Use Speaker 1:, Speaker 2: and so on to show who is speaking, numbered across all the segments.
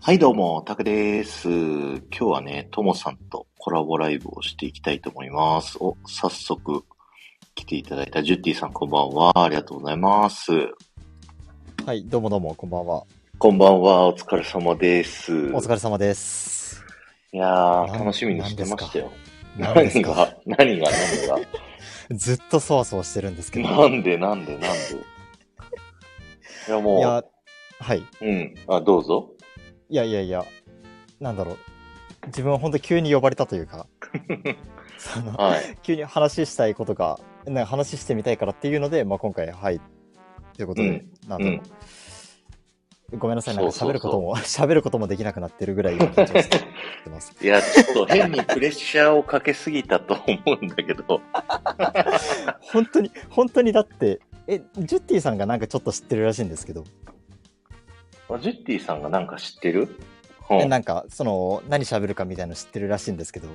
Speaker 1: はい、どうも、たくです。今日はね、ともさんとコラボライブをしていきたいと思います。お、早速、来ていただいたジュッティさん、こんばんは。ありがとうございます。
Speaker 2: はい、どうもどうも、こんばんは。
Speaker 1: こんばんは、お疲れ様です。
Speaker 2: お疲れ様です。
Speaker 1: いやー、
Speaker 2: なん
Speaker 1: 楽しみにしてましたよ。
Speaker 2: 何
Speaker 1: 何
Speaker 2: ですか
Speaker 1: が、何が、何が。
Speaker 2: ずっとそわそわしてるんですけど。
Speaker 1: なんで、なんで、なんで。いや、
Speaker 2: い
Speaker 1: も、
Speaker 2: や、はい。いう
Speaker 1: うん、あ、どうぞ。
Speaker 2: やいやいや、なんだろう。自分は本当急に呼ばれた というか、その
Speaker 1: はい。
Speaker 2: 急に話したいことが、なんか話してみたいからっていうので、まあ、今回、はい。ということで、
Speaker 1: うん
Speaker 2: なんだろう。ごめんなさい、なんか
Speaker 1: そうそうそう
Speaker 2: 喋ることも、喋ることもできなくなってるぐらい今緊張してます。
Speaker 1: いや、ちょっと変にプレッシャーをかけすぎたと思うんだけど。
Speaker 2: 本当に、本当にだって、え、ジュッティさんがなんかちょっと知ってるらしいんですけど、
Speaker 1: あジュッティさんがなんか知ってる、
Speaker 2: で
Speaker 1: うん、
Speaker 2: なんかその何喋るかみたいなの知ってるらしいんですけど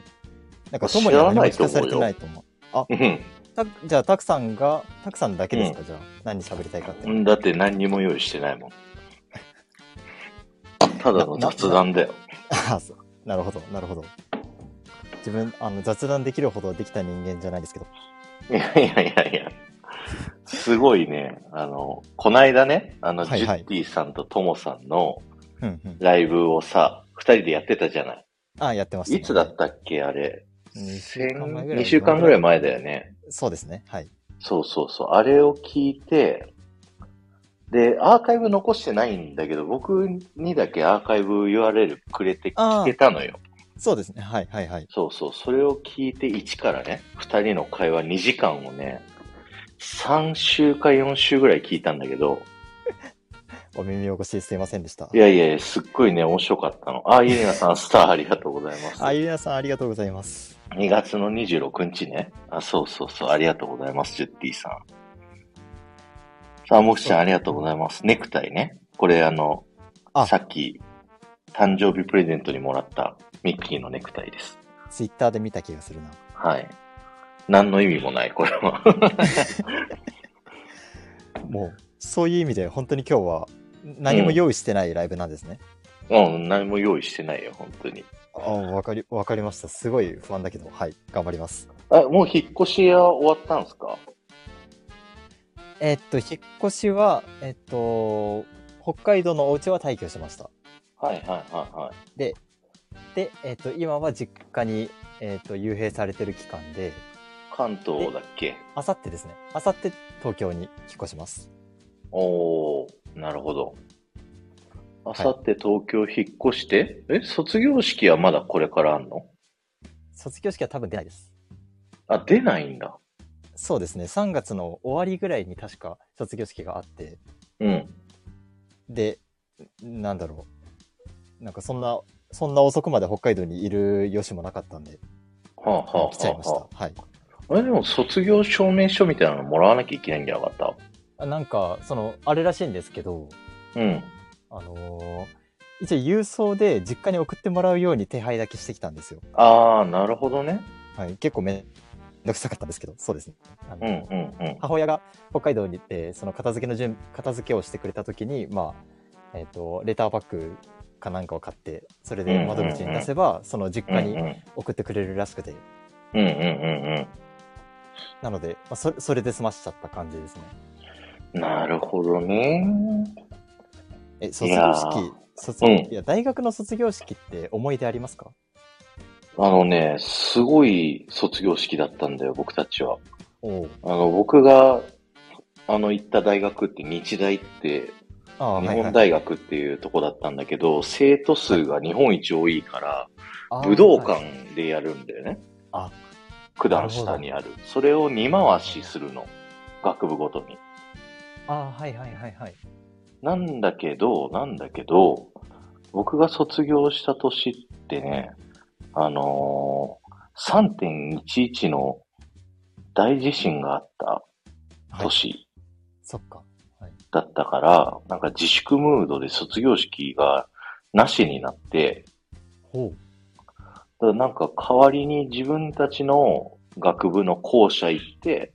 Speaker 2: なんか
Speaker 1: 知
Speaker 2: と
Speaker 1: らない
Speaker 2: もには何も聞かされてないと思う
Speaker 1: うん
Speaker 2: たじゃあたくさんがたくさんだけですか、じゃあ何喋りたいかって、
Speaker 1: うん。だって何にも用意してないもん。ただの雑談だよ。
Speaker 2: あそうなるほどなるほど自分あの雑談できるほどできた人間じゃないですけど
Speaker 1: いやいやいやいや。すごいね、あの、こないだね、あの、
Speaker 2: はいはい
Speaker 1: ジュッティさんとトモさんの
Speaker 2: うんうん
Speaker 1: ライブをさ、二人でやってたじゃない。
Speaker 2: あやってました、
Speaker 1: い
Speaker 2: ね、
Speaker 1: つだったっけあれ。
Speaker 2: 2週
Speaker 1: 先
Speaker 2: 間前ぐらい
Speaker 1: 二週間ぐらい前だよね。
Speaker 2: そうですねはい
Speaker 1: そうそうそう。あれを聞いて、で、アーカイブ残してないんだけど、僕にだけアーカイブ URL くれて
Speaker 2: あ
Speaker 1: 聞
Speaker 2: あ
Speaker 1: けたのよ。
Speaker 2: そうですねはいはいはい
Speaker 1: そうそう。それを聞いて、一からね、二人の会話2時間をね、3週か4週ぐらい聞いたんだけど、
Speaker 2: お耳汚しすいませんでした
Speaker 1: いやいやいや、すっごいね、面白かったの。あ、ゆりなさん、スターありがとうございます。
Speaker 2: あゆりなさんありがとうございます
Speaker 1: 2月の26日ね。あ、そうそうそう。ありがとうございます、ジュッティさん。さあ、もくちゃん、ありがとうございます。ネクタイね。これ、あの、
Speaker 2: あ
Speaker 1: さっき、誕生日プレゼントにもらったミッキーのネクタイです。
Speaker 2: ツイッターで見た気がするな
Speaker 1: はい。何の意味もない、これは。
Speaker 2: もうそういう意味で本当に今日は何も用意してないライブなんですね。
Speaker 1: うん、何も用意してないよ、本当に。
Speaker 2: あわかりわかりました。すごい不安だけど、はい、頑張ります。
Speaker 1: あ、もう引っ越しは終わったんですか
Speaker 2: えっと、引っ越しは、えっと、北海道のお家は退去しました。
Speaker 1: はいはいはいはい。
Speaker 2: で、えっと、今は実家に、えっと、幽閉されてる期間で、
Speaker 1: 関東だっけ
Speaker 2: あさってですね、あさって東京に引っ越します。
Speaker 1: おー、なるほど。あさって東京引っ越して、え、卒業式はまだこれからあんの
Speaker 2: 卒業式は多分出ないです。
Speaker 1: あ、出ないんだ。
Speaker 2: そうですね、3月の終わりぐらいに確か卒業式があって、
Speaker 1: うん。
Speaker 2: で、なんだろう。なんかそんな、そんな遅くまで北海道にいる余しもなかったんで、
Speaker 1: はあ、はあはあはあ、
Speaker 2: 来ちゃいました。はい。
Speaker 1: あれでも卒業証明書みたいなのもらわなきゃいけないんじゃなかっ
Speaker 2: あなんか、その、あれらしいんですけど、
Speaker 1: たうん。
Speaker 2: あのー一応郵送で実家に送ってもらうように手配だけしてきたんですよ。
Speaker 1: あー、なるほどね。
Speaker 2: はい。結構めんどくさかったんですけど、そうですね。あの
Speaker 1: うんうんうん。
Speaker 2: 母親が北海道に行って、その片付けの準片付けをしてくれた時に、まあ、えっ、と、レターバッグかなんかを買って、それで窓口に出せば、その実家
Speaker 1: うん
Speaker 2: に
Speaker 1: うん
Speaker 2: 送ってくれるらしくて、
Speaker 1: うんうん
Speaker 2: なので、まあ、それそれで済ましちゃった感じですね。
Speaker 1: うん。なるほどね。
Speaker 2: え、卒
Speaker 1: いや
Speaker 2: 業
Speaker 1: ー
Speaker 2: 式、卒業、
Speaker 1: うん
Speaker 2: いや、大学の卒業式って思い出ありますか
Speaker 1: あのね、すごい卒業式だったんだよ、僕たちは。
Speaker 2: お
Speaker 1: あの、僕が、あの、行った大学って日大って
Speaker 2: ああ、
Speaker 1: 日
Speaker 2: はい
Speaker 1: 本
Speaker 2: はい
Speaker 1: 大学っていうとこだったんだけど、生徒数が日本一多いから、
Speaker 2: あー
Speaker 1: 武道
Speaker 2: はい
Speaker 1: 館でやるんだよね。
Speaker 2: あ
Speaker 1: 九段下にある。それを二回しするの。学部ごとに。
Speaker 2: あー、はいはいはいはい。
Speaker 1: なんだけど、なんだけど、僕が卒業した年ってね、あのー、3.11の大地震があった
Speaker 2: はい、
Speaker 1: 年
Speaker 2: そっか。
Speaker 1: だったから、なんか自粛ムードで卒業式がなしになって、
Speaker 2: ほ
Speaker 1: だからなんか代わりに自分たちの学部の校舎行って、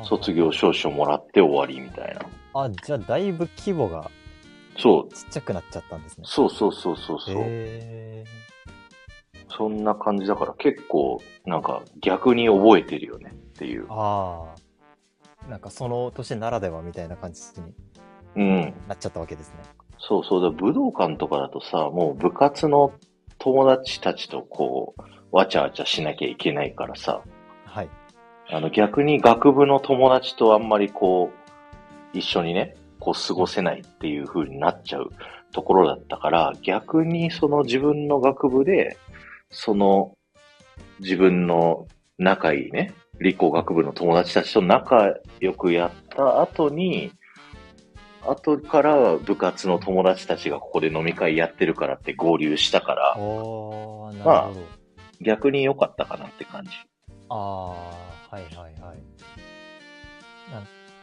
Speaker 2: う。
Speaker 1: 卒業証書もらって終わりみたいな。
Speaker 2: あ、じゃあだいぶ規模が
Speaker 1: そう、
Speaker 2: ちっちゃくなっちゃったんですね。
Speaker 1: そうそうそうそうそう、
Speaker 2: へ
Speaker 1: そんな感じだから結構、なんか逆に覚えてるよねっていう
Speaker 2: ー。ああ。なんかその年ならではみたいな感じに
Speaker 1: うん。
Speaker 2: なっちゃったわけですね。
Speaker 1: そうそうだ、武道館とかだとさ、もう部活の友達たちとこう、わちゃわちゃしなきゃいけないからさ、
Speaker 2: はい。
Speaker 1: あの逆に学部の友達とあんまりこう、一緒にね、こう過ごせないっていう風になっちゃうところだったから、逆にその自分の学部で、その自分の仲いいね、理工学部の友達たちと仲良くやった後に、後から部活の友達たちがここで飲み会やってるからって合流したから、
Speaker 2: おー、なる
Speaker 1: まあ
Speaker 2: ほど。
Speaker 1: 逆に良かったかなって感じ。
Speaker 2: ああ、はいはいはい。なん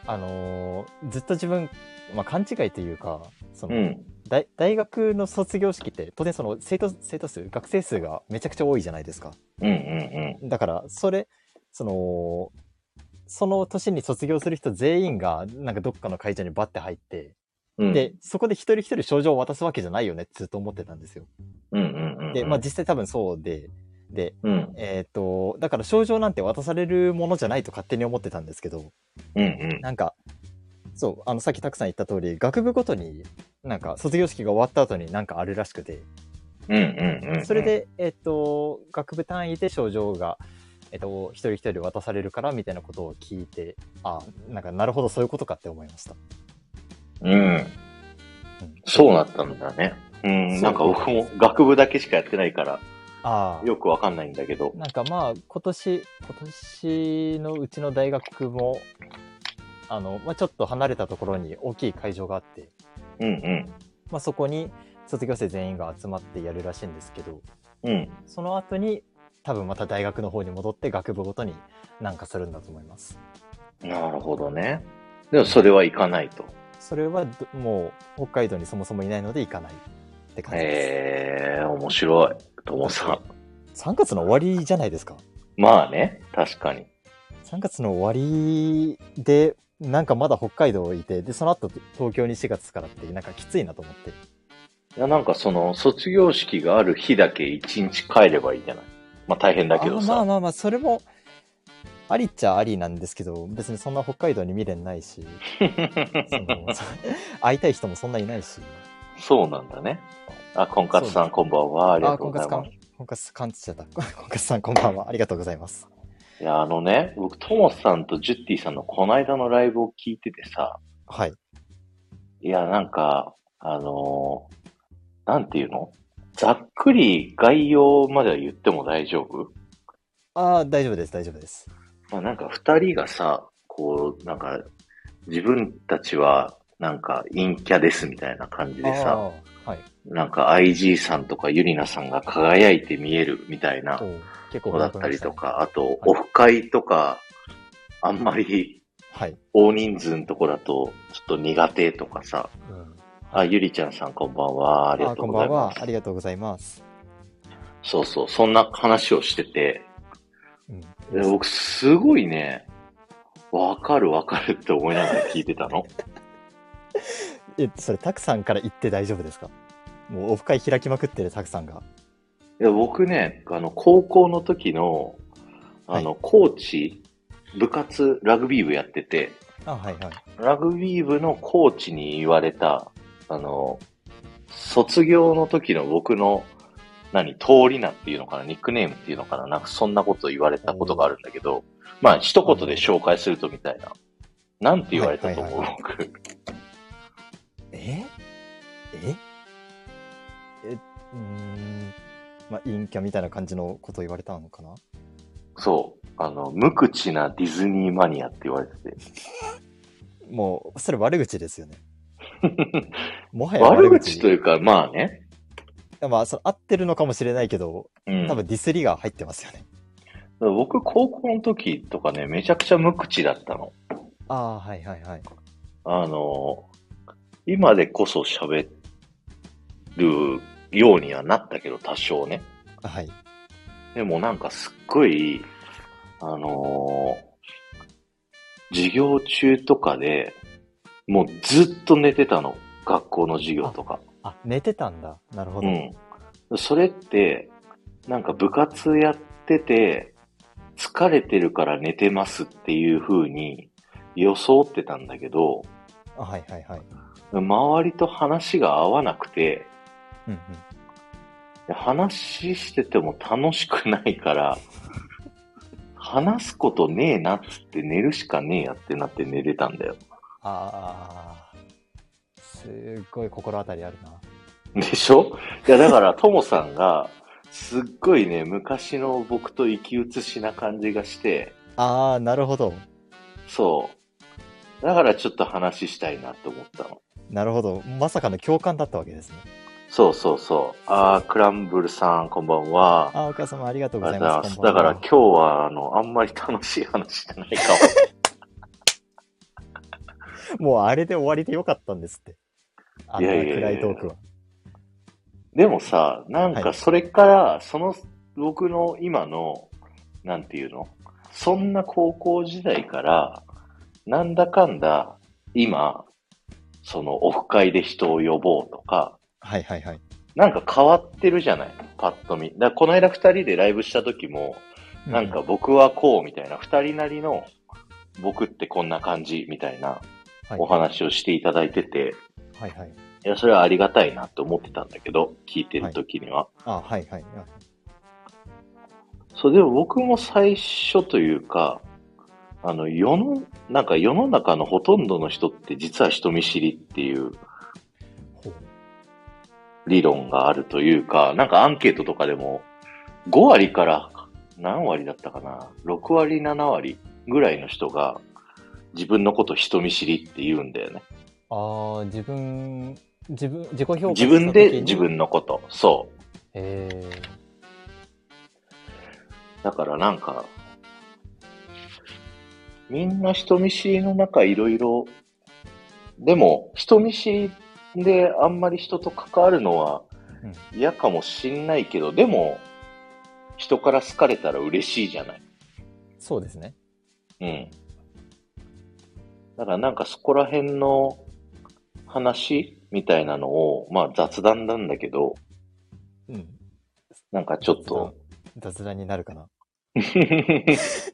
Speaker 2: あのーずっと自分、まあ、勘違いというか、そうの、
Speaker 1: ん。
Speaker 2: 大大学の卒業式って、当然その生徒生徒数、学生数がめちゃくちゃ多いじゃないですか。
Speaker 1: うんうん
Speaker 2: だから、それ、その、その年に卒業する人全員が、なんかどっかの会場にバッて入って、
Speaker 1: うん。うん、
Speaker 2: で、そこで一人一人症状を渡すわけじゃないよねってずっと思ってたんですよ。
Speaker 1: うんうんうんうん。
Speaker 2: で、まあ実際多分そうで、で、
Speaker 1: うん。
Speaker 2: えっ、と、だから症状なんて渡されるものじゃないと勝手に思ってたんですけど、
Speaker 1: うんうん。
Speaker 2: なんか、そう、あの、さっきたくさん言った通り、学部ごとに、なんか、卒業式が終わった後になんかあるらしくて、
Speaker 1: うんうんうんうん。
Speaker 2: それ、で、えっと、学部単位で症状が、えっと、一人一人渡されるから、みたいなことを聞いて、あ、なんか、なるほど、そういうことかって思いました。
Speaker 1: うん。
Speaker 2: うん
Speaker 1: そうなったんだね。うん。なんか僕も学部だけしかやってないから、
Speaker 2: あ
Speaker 1: よくわかんないんだけど
Speaker 2: あ。。なんかまあ、今年、今年のうちの大学も、あの、まあ、ちょっと離れたところに大きい会場があって、
Speaker 1: うんうん。
Speaker 2: まあ、そこに卒業生全員が集まってやるらしいんですけど、
Speaker 1: うん。
Speaker 2: その後に多分また大学の方に戻って学部ごとになんかするんだと思います。
Speaker 1: なるほどね。でもそれはいかないと。
Speaker 2: それはどもう北海道にそもそもいないので行かないって感じで
Speaker 1: へえー、面白い。ともさん。
Speaker 2: す。3月の終わりじゃないですか。
Speaker 1: まあね、確かに。
Speaker 2: 3月の終わりでなんかまだ北海道いてでその後東京に4月からってなんかきついなと思って
Speaker 1: いや、なんかその、卒業式がある日だけ一日帰ればいいじゃない。まあ大変だけど
Speaker 2: あまあ
Speaker 1: さ。
Speaker 2: まあまあそれもありっちゃありなんですけど別にそんな北海道に未練な いしそのそ会いたい人もそんないないし
Speaker 1: そうなんだね。あ、婚活さ
Speaker 2: そ
Speaker 1: んこんばんは。ありが
Speaker 2: あ、
Speaker 1: とう
Speaker 2: 婚
Speaker 1: ござ
Speaker 2: 活
Speaker 1: います
Speaker 2: か。。婚活かんつっちゃった。 婚活さん、こんばんは。ありがとうございます。
Speaker 1: いや、あのね、僕、トモスさんとジュッティさんのこの間のライブを聞いててさ、
Speaker 2: はい。
Speaker 1: いや、なんか、あのーなんていうのざっくり概要までは言っても大丈夫、
Speaker 2: ああ、大丈夫です、大丈夫です。
Speaker 1: まあ、なんか二人がさ、こう、なんか、自分たちは、なんか、陰キャですみたいな感じでさ、
Speaker 2: あーはい。
Speaker 1: なんか IG さんとかユリナさんが輝いて見えるみたいな
Speaker 2: おー結
Speaker 1: の
Speaker 2: 構
Speaker 1: だったりとか、あと、
Speaker 2: は
Speaker 1: オ
Speaker 2: い
Speaker 1: フ会とか、あんまり
Speaker 2: はい。
Speaker 1: 大人数のとこだと、ちょっと苦手とかさ。
Speaker 2: うん
Speaker 1: あ、ゆりちゃんさんこんばんは。あり
Speaker 2: あ
Speaker 1: が
Speaker 2: ー
Speaker 1: とう
Speaker 2: こん
Speaker 1: ござ
Speaker 2: ば
Speaker 1: い
Speaker 2: ん
Speaker 1: ま
Speaker 2: は。
Speaker 1: す
Speaker 2: あ。りがとうございます。
Speaker 1: そうそう、そんな話をしてて、
Speaker 2: うん
Speaker 1: で僕すごいね、わかるわかるって思いながら聞いてた の。
Speaker 2: え、それ、たくさんから言って大丈夫ですかもう、オフ会開きまくってるたくさんが。
Speaker 1: いや僕ね、あの、高校の時の、あの、コーチ、部活、ラグビー部やってて、
Speaker 2: あはいはい。
Speaker 1: ラグビー部のコーチに言われた、あの、卒業の時の僕の、何、通り名っていうのかな、ニックネームっていうのかな、なんかそんなこと言われたことがあるんだけど、まあ一言で紹介するとみたいな。なんて言われたと思う、
Speaker 2: はいは
Speaker 1: 僕。
Speaker 2: えええ、うーん。まあ、陰キャみたいな感じのことを言われたのかな
Speaker 1: そう。あの、無口なディズニーマニアって言われて
Speaker 2: もう、それ悪口で すよね。
Speaker 1: て。
Speaker 2: もはや
Speaker 1: 悪口というか、まあね。
Speaker 2: まあ、その合ってるのかもしれないけど、
Speaker 1: うん
Speaker 2: 多。分ディスりが入ってますよね。
Speaker 1: 僕、高校の時とかね、めちゃくちゃ無口だったの。
Speaker 2: ああ、はいはいはい。
Speaker 1: あの、今でこそ喋るようにはなったけど、多少ね。
Speaker 2: はい。
Speaker 1: でもなんかすっごい、あの授業中とかで、もうずっと寝てたの。学校の授業とか。
Speaker 2: あ、寝てたんだ。なるほ
Speaker 1: う
Speaker 2: ど。
Speaker 1: ん。それって、なんか部活やってて、疲れてるから寝てますっていう風に装ってたんだけど、
Speaker 2: あはいはいはい。
Speaker 1: 周りと話が合わなくて、
Speaker 2: うんうん。
Speaker 1: 話してても楽しくないから、話すことねえなっつって寝るしかねえやってなって寝れたんだよ。
Speaker 2: ああ、すっごい心当たりあるな。
Speaker 1: でしょいや、だから、ともさんが、すっごいね、昔の僕と生き写しな感じがして、
Speaker 2: ああ、なるほど。
Speaker 1: そう。だからちょっと話したいなって思ったの。
Speaker 2: なるほど。まさかの共感だったわけですね。
Speaker 1: そうそうそう。あー、クランブルさん、こんばんは。
Speaker 2: あーお母様ありがとうご
Speaker 1: あ
Speaker 2: ざい
Speaker 1: りがとうご
Speaker 2: ま
Speaker 1: ざいます。
Speaker 2: す。こん
Speaker 1: だ
Speaker 2: ばん
Speaker 1: か
Speaker 2: は
Speaker 1: ら今日は、あの、あんまり楽しい話してないかも。
Speaker 2: もうあれで終わりでよかったんですって。あんない
Speaker 1: やいやいや
Speaker 2: 暗
Speaker 1: いや
Speaker 2: いトークは。
Speaker 1: でもさ、なん
Speaker 2: は
Speaker 1: か
Speaker 2: い
Speaker 1: それから、その、僕の今の、なんていうのそんな高校時代から、なんだかんだ、今、そのオフ会で人を呼ぼうとか、
Speaker 2: はいはいはい。
Speaker 1: なんか変わってるじゃないパッと見。だからこの間二人でライブした時も、なん
Speaker 2: う
Speaker 1: か
Speaker 2: ん
Speaker 1: 僕はこうみたいな、二人なりの、僕ってこんな感じみたいな
Speaker 2: はい
Speaker 1: お話をしていただいてて、
Speaker 2: はいはい。
Speaker 1: いや、それはありがたいなって思ってたんだけど、聞いてる時には。
Speaker 2: あーはいはい。あ
Speaker 1: そう、でも僕も最初というか、あの、世の、なんか世の中のほとんどの人って実は人見知りっていう
Speaker 2: ほう
Speaker 1: 理論があるというか、なんかアンケートとかでも5割から何割だったかな ?6 割、7割ぐらいの人が自分のこと人見知りって言うんだよね。
Speaker 2: ああ、自分、自分、自己評価
Speaker 1: 自分で
Speaker 2: した時
Speaker 1: 自
Speaker 2: に。
Speaker 1: 分のこと。そう。
Speaker 2: え
Speaker 1: だからなんか、みんな人見知りの中いろいろ、でも人見知りであんまり人と関わるのは
Speaker 2: うん
Speaker 1: 嫌かもしんないけど、でも人から好かれたら嬉しいじゃない。
Speaker 2: ー、そうですね。
Speaker 1: うん。だからなんかそこら辺の話みたいなのを、まあ雑談なんだけど、
Speaker 2: うん。
Speaker 1: なんかちょっと、
Speaker 2: 雑談になるかな。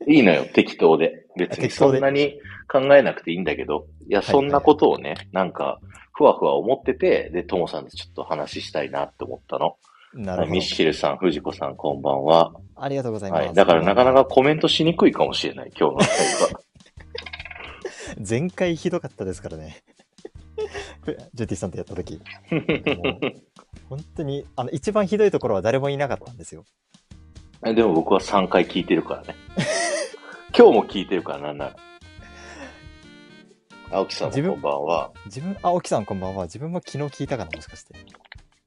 Speaker 1: いいのよ、適当で。別に
Speaker 2: 適
Speaker 1: そ
Speaker 2: 当で
Speaker 1: んなに考えなくていいんだけど、いや、
Speaker 2: はい
Speaker 1: そんなことをね、なんか、ふわふわ思ってて、で、ともさんとちょっと話したいなって思ったの。
Speaker 2: なるほど
Speaker 1: ミッ。シェルさん、藤子さん、こんばんは。
Speaker 2: ありがとうございます。
Speaker 1: はい。だからなかなかコメントしにくいかもしれない、今日の会話。
Speaker 2: 前回ひどかったですからね。 ジュティさんとやっ た時もう本当にあの一番ひどいところは誰もいなかったんですよ。
Speaker 1: えでも僕は3回聞いてる からね。今日も聞いてるから、なんなら。青木さん
Speaker 2: 自
Speaker 1: も
Speaker 2: 分
Speaker 1: こんばんは。
Speaker 2: 自分、あ、沖さんこんばんは。自分も昨日聞いたかな、もしかして。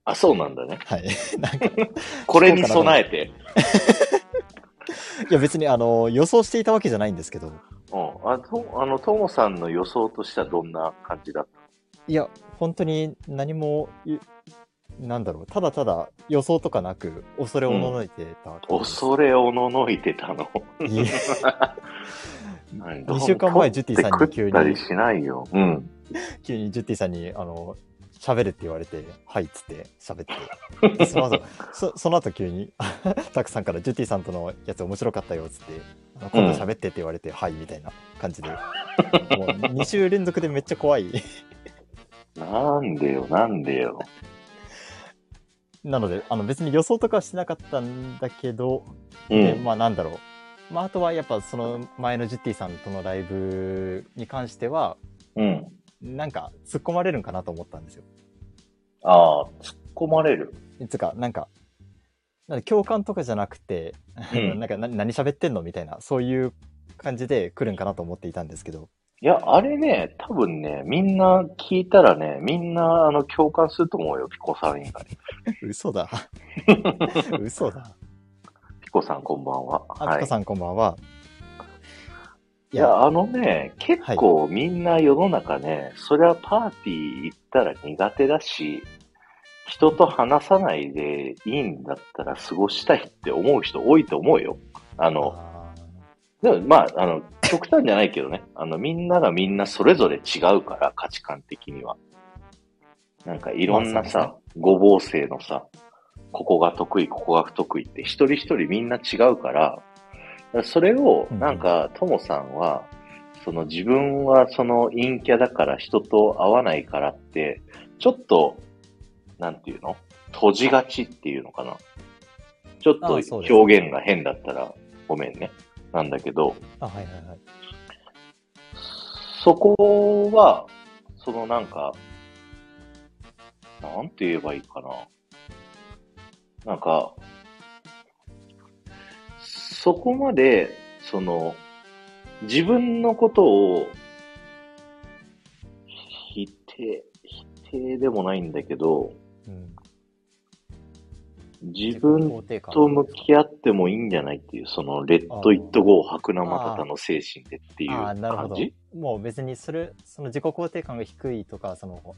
Speaker 1: あ、そうなんだね。
Speaker 2: はい。 なんか、い
Speaker 1: これに備えて。
Speaker 2: や別にあの予想していたわけじゃないんですけど、
Speaker 1: うん。あと、あの、ともさんの予想としてはどんな感じだった
Speaker 2: いや、本当に何も、いなんだろう、ただただ予想とかなく、恐れおののいてた感じです。
Speaker 1: 恐れおののいてたの。
Speaker 2: いえ
Speaker 1: 2
Speaker 2: 2週間前、ジュティさん
Speaker 1: 急
Speaker 2: に急
Speaker 1: に。ったり
Speaker 2: に、
Speaker 1: しないよ。うん。
Speaker 2: 急にジュティさんに、あの、喋るって言われて、はいっつって喋って、でその後、 そその後急に、 たくさんからジュティさんとのやつ面白かったよっつって、あの今度喋ってって言われて、はいみたいな感じで、もう2週連続でめっちゃ怖い。
Speaker 1: なんでよ、なんでよ。
Speaker 2: なので、あの別に予想とかはしてなかったんだけど、
Speaker 1: う
Speaker 2: で
Speaker 1: ん。
Speaker 2: まあなんだろう、まあ、あとはやっぱその前のジッティさんとのライブに関しては
Speaker 1: うん。
Speaker 2: なんか突っ込まれるんかなと思ったんですよ。
Speaker 1: ああ、突っ込まれ る。
Speaker 2: つうかなんかなんか共感とかじゃなくて、
Speaker 1: うん
Speaker 2: なんか何何喋ってんのみたいなそういう感じで来るんかなと思っていたんですけど
Speaker 1: いや、あれね、多分ね、みんな聞いたらね、みんな、あの、共感すると思うよ、ピコさん以外。
Speaker 2: 嘘 だ嘘だ
Speaker 1: ピコさん、こんばんは。
Speaker 2: あ
Speaker 1: は
Speaker 2: ピ
Speaker 1: い
Speaker 2: コ。さんこんばんは、
Speaker 1: いや、あのね、結構みんな世の中ね、そりゃパーティー行ったら苦手だし、人と話さないでいいんだったら過ごしたいって思う人多いと思うよ。あの、
Speaker 2: あ
Speaker 1: でもまあ、あの、極端じゃないけどね、あの、みんながみんなそれぞれ違うから、価値観的には。なんかいろんな
Speaker 2: まあ
Speaker 1: さ、ごぼう性のさ、ここが得意、ここが不得意って一人一人みんな違うから、それを、
Speaker 2: うん
Speaker 1: なんか、ともさんは、その自分はその陰キャだから人と合わないからって、ちょっと、なんていうの閉じがちっていうのかな。ちょっ
Speaker 2: あ
Speaker 1: と
Speaker 2: あそうですね
Speaker 1: 表現が変だったらごめんね。なんだけど、
Speaker 2: あ、はいはいはい。
Speaker 1: そこは、そのなんか、なんて言えばいいかな。なんか、そこまで、その、自分のことを、否定、否定でもないんだけど、
Speaker 2: うん、
Speaker 1: 自分
Speaker 2: 肯定感
Speaker 1: と向き合ってもいいんじゃないっていう、その、レッド・イット・ゴー、白生マタタの精神でっていう
Speaker 2: ああ
Speaker 1: 感
Speaker 2: ー、
Speaker 1: じ
Speaker 2: なるほど。もう別にそれ、その自己肯定感が低いとか、その、悲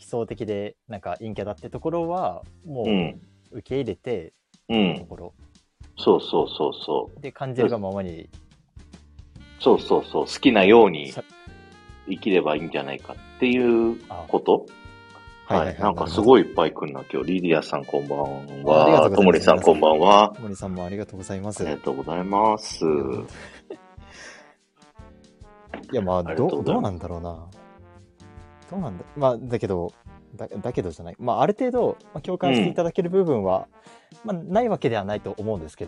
Speaker 2: 壮的で、なんか陰キャだってところは、も
Speaker 1: うん。
Speaker 2: う受け入れて、
Speaker 1: う
Speaker 2: と
Speaker 1: ん。
Speaker 2: ころ
Speaker 1: そうそうそうそう。
Speaker 2: で感じるがままに、
Speaker 1: そうそうそう、好きなように
Speaker 2: さ
Speaker 1: 生きればいいんじゃないかっていうこと
Speaker 2: あ
Speaker 1: は
Speaker 2: はいはい
Speaker 1: い。
Speaker 2: はい
Speaker 1: なんかすごいいっぱい来るな、今日。リディアさんこんばん
Speaker 2: ありがと
Speaker 1: は。
Speaker 2: うございます
Speaker 1: ともりさんこんばんは。
Speaker 2: 森さんもありがとうございま
Speaker 1: あ
Speaker 2: す。
Speaker 1: りがとうございます。
Speaker 2: いやまあ
Speaker 1: ありが
Speaker 2: ど
Speaker 1: とうご
Speaker 2: う
Speaker 1: ざい
Speaker 2: どう
Speaker 1: ま
Speaker 2: なんだろうな。どうなんだまあだけどだだけどじゃない。まあある程度、まあ、共感していただける部分は、まあ、ないわけではないと思うんですけ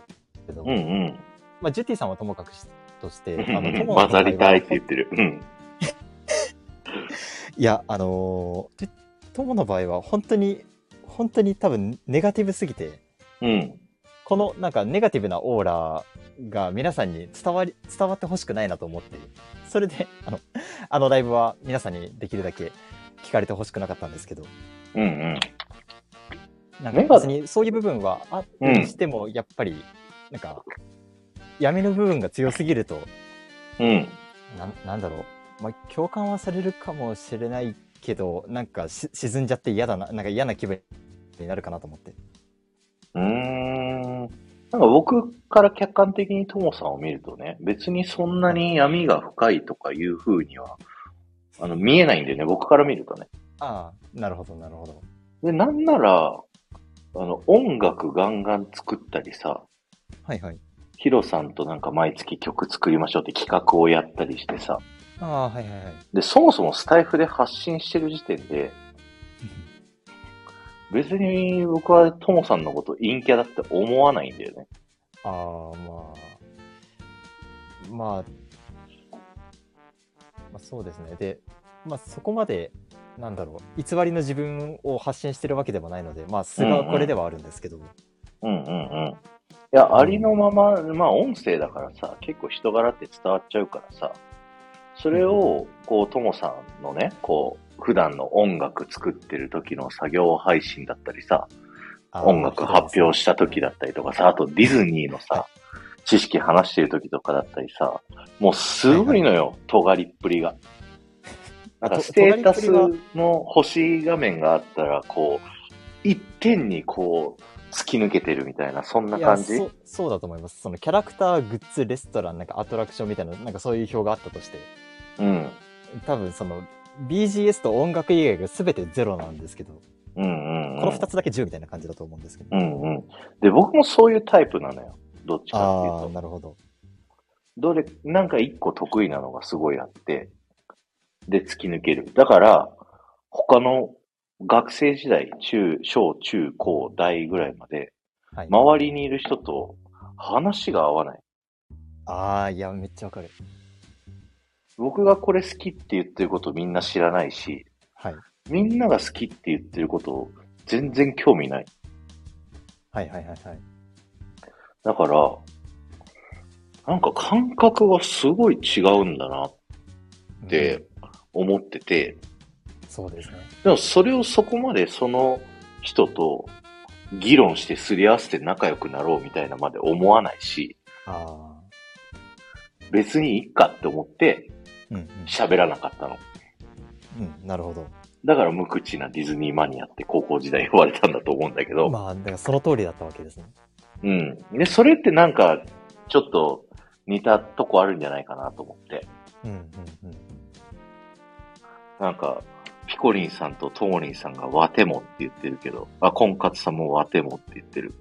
Speaker 2: ども、
Speaker 1: うんうん。
Speaker 2: まあ、ジュティさんはともかくしとして、友の
Speaker 1: 混
Speaker 2: 場合
Speaker 1: ざ
Speaker 2: は
Speaker 1: りたいって言ってる。うん。
Speaker 2: いやあのージュ友の場合は本当に本当に多分ネガティブすぎて
Speaker 1: うん。
Speaker 2: このなんかネガティブなオーラが皆さんに伝わり伝わってほしくないなと思ってそれであのあのライブは皆さんにできるだけ聞かれてほしくなかったんですけど
Speaker 1: うんうん。
Speaker 2: なん
Speaker 1: ネ
Speaker 2: か
Speaker 1: ガ
Speaker 2: 別にそういう部分はあっ
Speaker 1: うん
Speaker 2: てにしてもやっぱりなんか闇の部分が強すぎると
Speaker 1: うん。
Speaker 2: なんなんだろう、まあ、共感はされるかもしれないけどなんかし沈んじゃって嫌だななんか嫌な気分になるかなと思って
Speaker 1: うーんなんか僕から客観的にともさんを見るとね、別にそんなに闇が深いとかいう風には、あの、見えないんだよね、僕から見るとね。
Speaker 2: ああなるほどなるほど
Speaker 1: で、なんなら、あの、音楽ガンガン作ったりさ、
Speaker 2: はいはい
Speaker 1: ヒロさんとなんか毎月曲作りましょうって企画をやったりしてさ、
Speaker 2: ああはいはいはい
Speaker 1: で、そもそもスタイフで発信してる時点で、別に僕はともさんのこと陰キャだって思わないんだよね。
Speaker 2: ああまあまあまあそうですねで、まあ、そこまでなんだろう偽りの自分を発信してるわけでもないのでまあ素がこれではあるんですけど、
Speaker 1: うんうんうん。いや、ありのまま、まあ音声だからさ、結構人柄って伝わっちゃうからさ、それを、こう、ともさんのね、こう、普段の音楽作ってる時の作業配信だったりさ、
Speaker 2: ああ
Speaker 1: 音楽発表した時だったりとかさ、あとディズニーのさ、知識話してる時とかだったりさ、もうすごいのよ、尖りっぷりが。なんか
Speaker 2: と
Speaker 1: ステータス
Speaker 2: 尖りっぷ
Speaker 1: の星画面があったら、こう、一点にこう、突き抜けてるみたいな、そんない
Speaker 2: や
Speaker 1: 感じ
Speaker 2: そそうだと思いますそのキャラクターグッズレストランなんかアトラクションみたいななんかそういう表があったとして
Speaker 1: うん。
Speaker 2: 多分その BGS と音楽以外が全てゼロなんですけど、
Speaker 1: うんうん、うん。
Speaker 2: この2つだけ10みたいな感じだと思うんですけど、
Speaker 1: うんうん。で、僕もそういうタイプなのよ。どっちかっていう
Speaker 2: ああ
Speaker 1: と。
Speaker 2: なるほど
Speaker 1: どれ、なんか一個得意なのがすごいあって、で、突き抜ける。だから、他の学生時代、中、小、中、高、大ぐらいまで、
Speaker 2: はい、
Speaker 1: 周りにいる人と話が合わない。
Speaker 2: ああいやめっちゃわかる
Speaker 1: 僕がこれ好きって言ってることみんな知らないし、
Speaker 2: はい
Speaker 1: みんなが好きって言ってること全然興味ない。
Speaker 2: はいはいはいはい
Speaker 1: だから、なんか感覚がすごい違うんだなっ
Speaker 2: うん
Speaker 1: て思ってて、
Speaker 2: そうですね
Speaker 1: でもそれをそこまでその人と議論してすり合わせて仲良くなろうみたいなまで思わないし、
Speaker 2: ああ
Speaker 1: 別にいいかって思って
Speaker 2: うんうん、
Speaker 1: 喋らなかったの。
Speaker 2: うん、なるほど
Speaker 1: だから無口なディズニーマニアって高校時代言われたんだと思うんだけど、
Speaker 2: まあだからその通りだったわけですね
Speaker 1: うん。で、それってなんかちょっと似たとこあるんじゃないかなと思って、
Speaker 2: うんうんうん
Speaker 1: なんかピコリンさんとトモリンさんがワテモって言ってるけど、あ、コンカツさんもワテモって言ってる。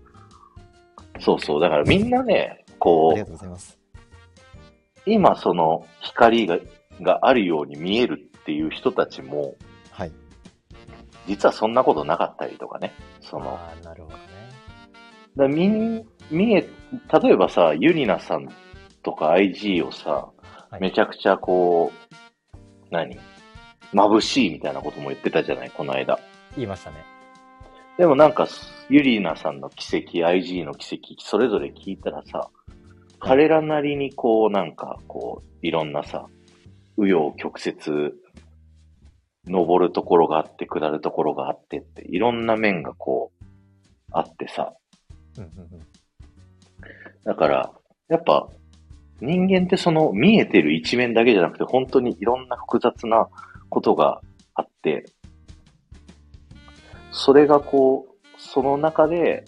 Speaker 1: そうそう。だからみんなね、
Speaker 2: あ
Speaker 1: こ
Speaker 2: りが
Speaker 1: う、
Speaker 2: とうございます。
Speaker 1: 今その光ががあるように見えるっていう人たちも、
Speaker 2: はい。
Speaker 1: 実はそんなことなかったりとかね。その、
Speaker 2: あーなるほどね。
Speaker 1: だからみん、見え、例えばさ、ユニナさんとか IG をさ、
Speaker 2: はい
Speaker 1: めちゃくちゃこう、何眩しいみたいなことも言ってたじゃない、この間。
Speaker 2: 言いましたね。
Speaker 1: でもなんか、ユリーナさんの奇跡、IG の奇跡、それぞれ聞いたらさ、彼らなりにこう、なんか、こう、いろんなさ、紆余曲折、登るところがあって、下るところがあってって、いろんな面がこう、あってさ、
Speaker 2: うんうん
Speaker 1: だから、やっぱ、人間ってその見えてる一面だけじゃなくて、本当にいろんな複雑なことがあって、それがこう、その中で、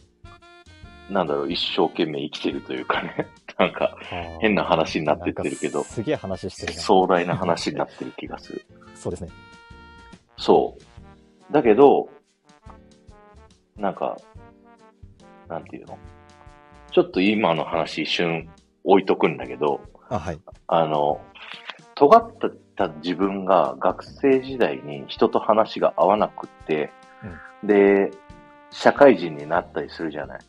Speaker 1: なんだろう、一生懸命生きてるというかね、 なんか
Speaker 2: うん。
Speaker 1: 変な話になってってるけ
Speaker 2: なん
Speaker 1: ど
Speaker 2: か、すげえ話してるな。
Speaker 1: 壮大な話になってる気がする。
Speaker 2: そうですね。
Speaker 1: そう。だけど、なんか、なんていうのちょっと今の話一瞬置いとくんだけど、
Speaker 2: あ、はい。
Speaker 1: あの、尖った自分が学生時代に人と話が合わなくって、で、社会人になったりするじゃない。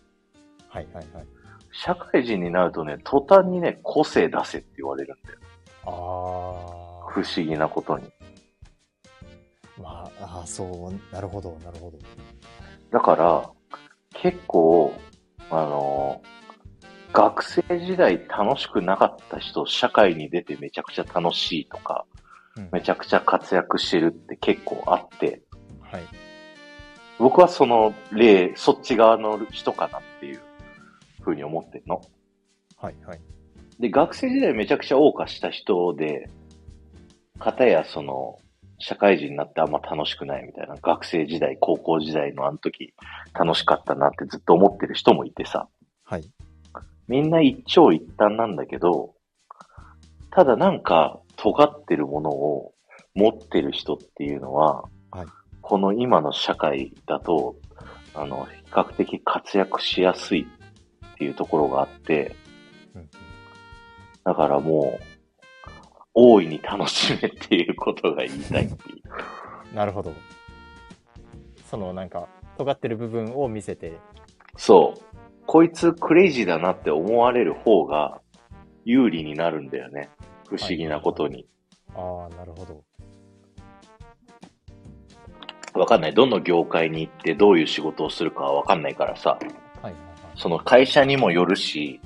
Speaker 2: はいはいはい。
Speaker 1: 社会人になるとね、途端にね、個性出せって言われるんだよ。
Speaker 2: ああ。
Speaker 1: 不思議なことに。
Speaker 2: まあ、あーそう、なるほど、なるほど。
Speaker 1: だから、結構、あの、学生時代楽しくなかった人、社会に出てめちゃくちゃ楽しいとか、
Speaker 2: うん
Speaker 1: めちゃくちゃ活躍してるって結構あって、
Speaker 2: はい。
Speaker 1: 僕はその例、そっち側の人かなっていうふうに思ってるの。
Speaker 2: はいはい。
Speaker 1: で、学生時代めちゃくちゃ謳歌した人で、片やその、社会人になってあんま楽しくないみたいな、学生時代、高校時代のあの時楽しかったなってずっと思ってる人もいてさ、
Speaker 2: はい。
Speaker 1: みんな一長一短なんだけど、ただなんか尖ってるものを持ってる人っていうのは、
Speaker 2: はい
Speaker 1: この今の社会だと、あの、比較的活躍しやすいっていうところがあって、
Speaker 2: うんうん
Speaker 1: だからもう、大いに楽しめっていうことが言いたいって いう。
Speaker 2: なるほど。そのなんか、尖ってる部分を見せて、
Speaker 1: そう。こいつクレイジーだなって思われる方が有利になるんだよね。不思議なことに。
Speaker 2: ああ、なるほど。
Speaker 1: わかんない。どの業界に行ってどういう仕事をするかはわかんないからさ、
Speaker 2: はいはいはい。
Speaker 1: その会社にもよるし、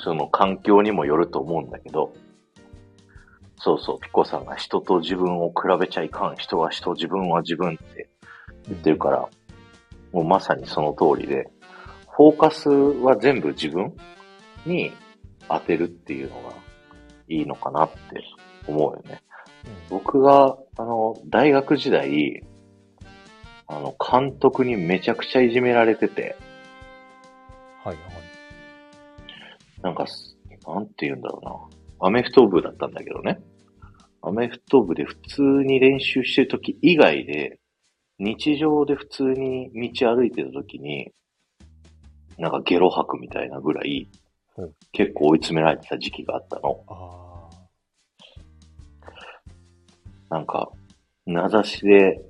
Speaker 1: その環境にもよると思うんだけど、そうそう、ピコさんが人と自分を比べちゃいかん。人は人、自分は自分って言ってるから、もうまさにその通りで、フォーカスは全部自分に当てるっていうのがいいのかなって思うよね。
Speaker 2: うん
Speaker 1: 僕が、あの、大学時代、あの、監督にめちゃくちゃいじめられてて、
Speaker 2: はいはい。
Speaker 1: なんかす、なんて言うんだろうな。アメフト部だったんだけどね。アメフト部で普通に練習してる時以外で、日常で普通に道歩いてる時に、なんかゲロ吐くみたいなぐらい
Speaker 2: うん、
Speaker 1: 結構追い詰められてた時期があったの。
Speaker 2: ああ。
Speaker 1: なんか、名指しで、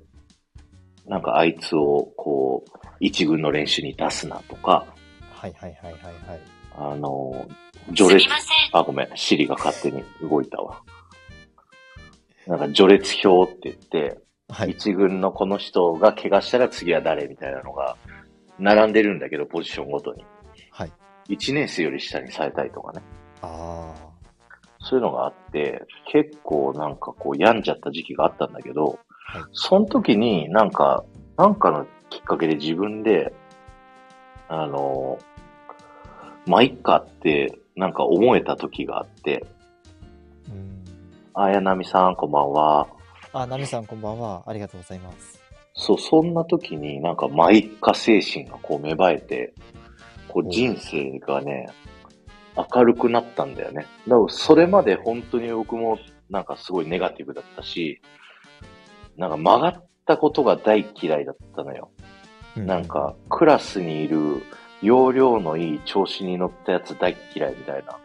Speaker 1: なんかあいつを、こう、一軍の練習に出すなとか、
Speaker 2: はいはいはいはいはい。
Speaker 1: あの、序
Speaker 3: す
Speaker 1: 列
Speaker 3: み、ません。
Speaker 1: あ、ごめん、シリが勝手に動いたわ。なんか序列表って言って、
Speaker 2: はい。
Speaker 1: 一軍のこの人が怪我したら次は誰みたいなのが、並んでるんだけど、ポジションごとに。
Speaker 2: はい。
Speaker 1: 一年生より下にされたりとかね。
Speaker 2: ああ。
Speaker 1: そういうのがあって、結構なんかこう病んじゃった時期があったんだけど、
Speaker 2: はい
Speaker 1: その時になんか、なんかのきっかけで自分で、あの、まあ、いっかってなんか思えた時があって、
Speaker 2: うん。
Speaker 1: あやなみさんこんばんは。
Speaker 2: あ、ナミさんこんばんは。ありがとうございます。
Speaker 1: そう、そんな時になんかまいっか精神がこう芽生えて、こう人生がね、明るくなったんだよね。だからそれまで本当に僕もなんかすごいネガティブだったし、なんか曲がっったことが大嫌いだったのよ。
Speaker 2: う
Speaker 1: なんか、クラスにいる容量のいい調子に乗ったやつ大嫌いみたいな。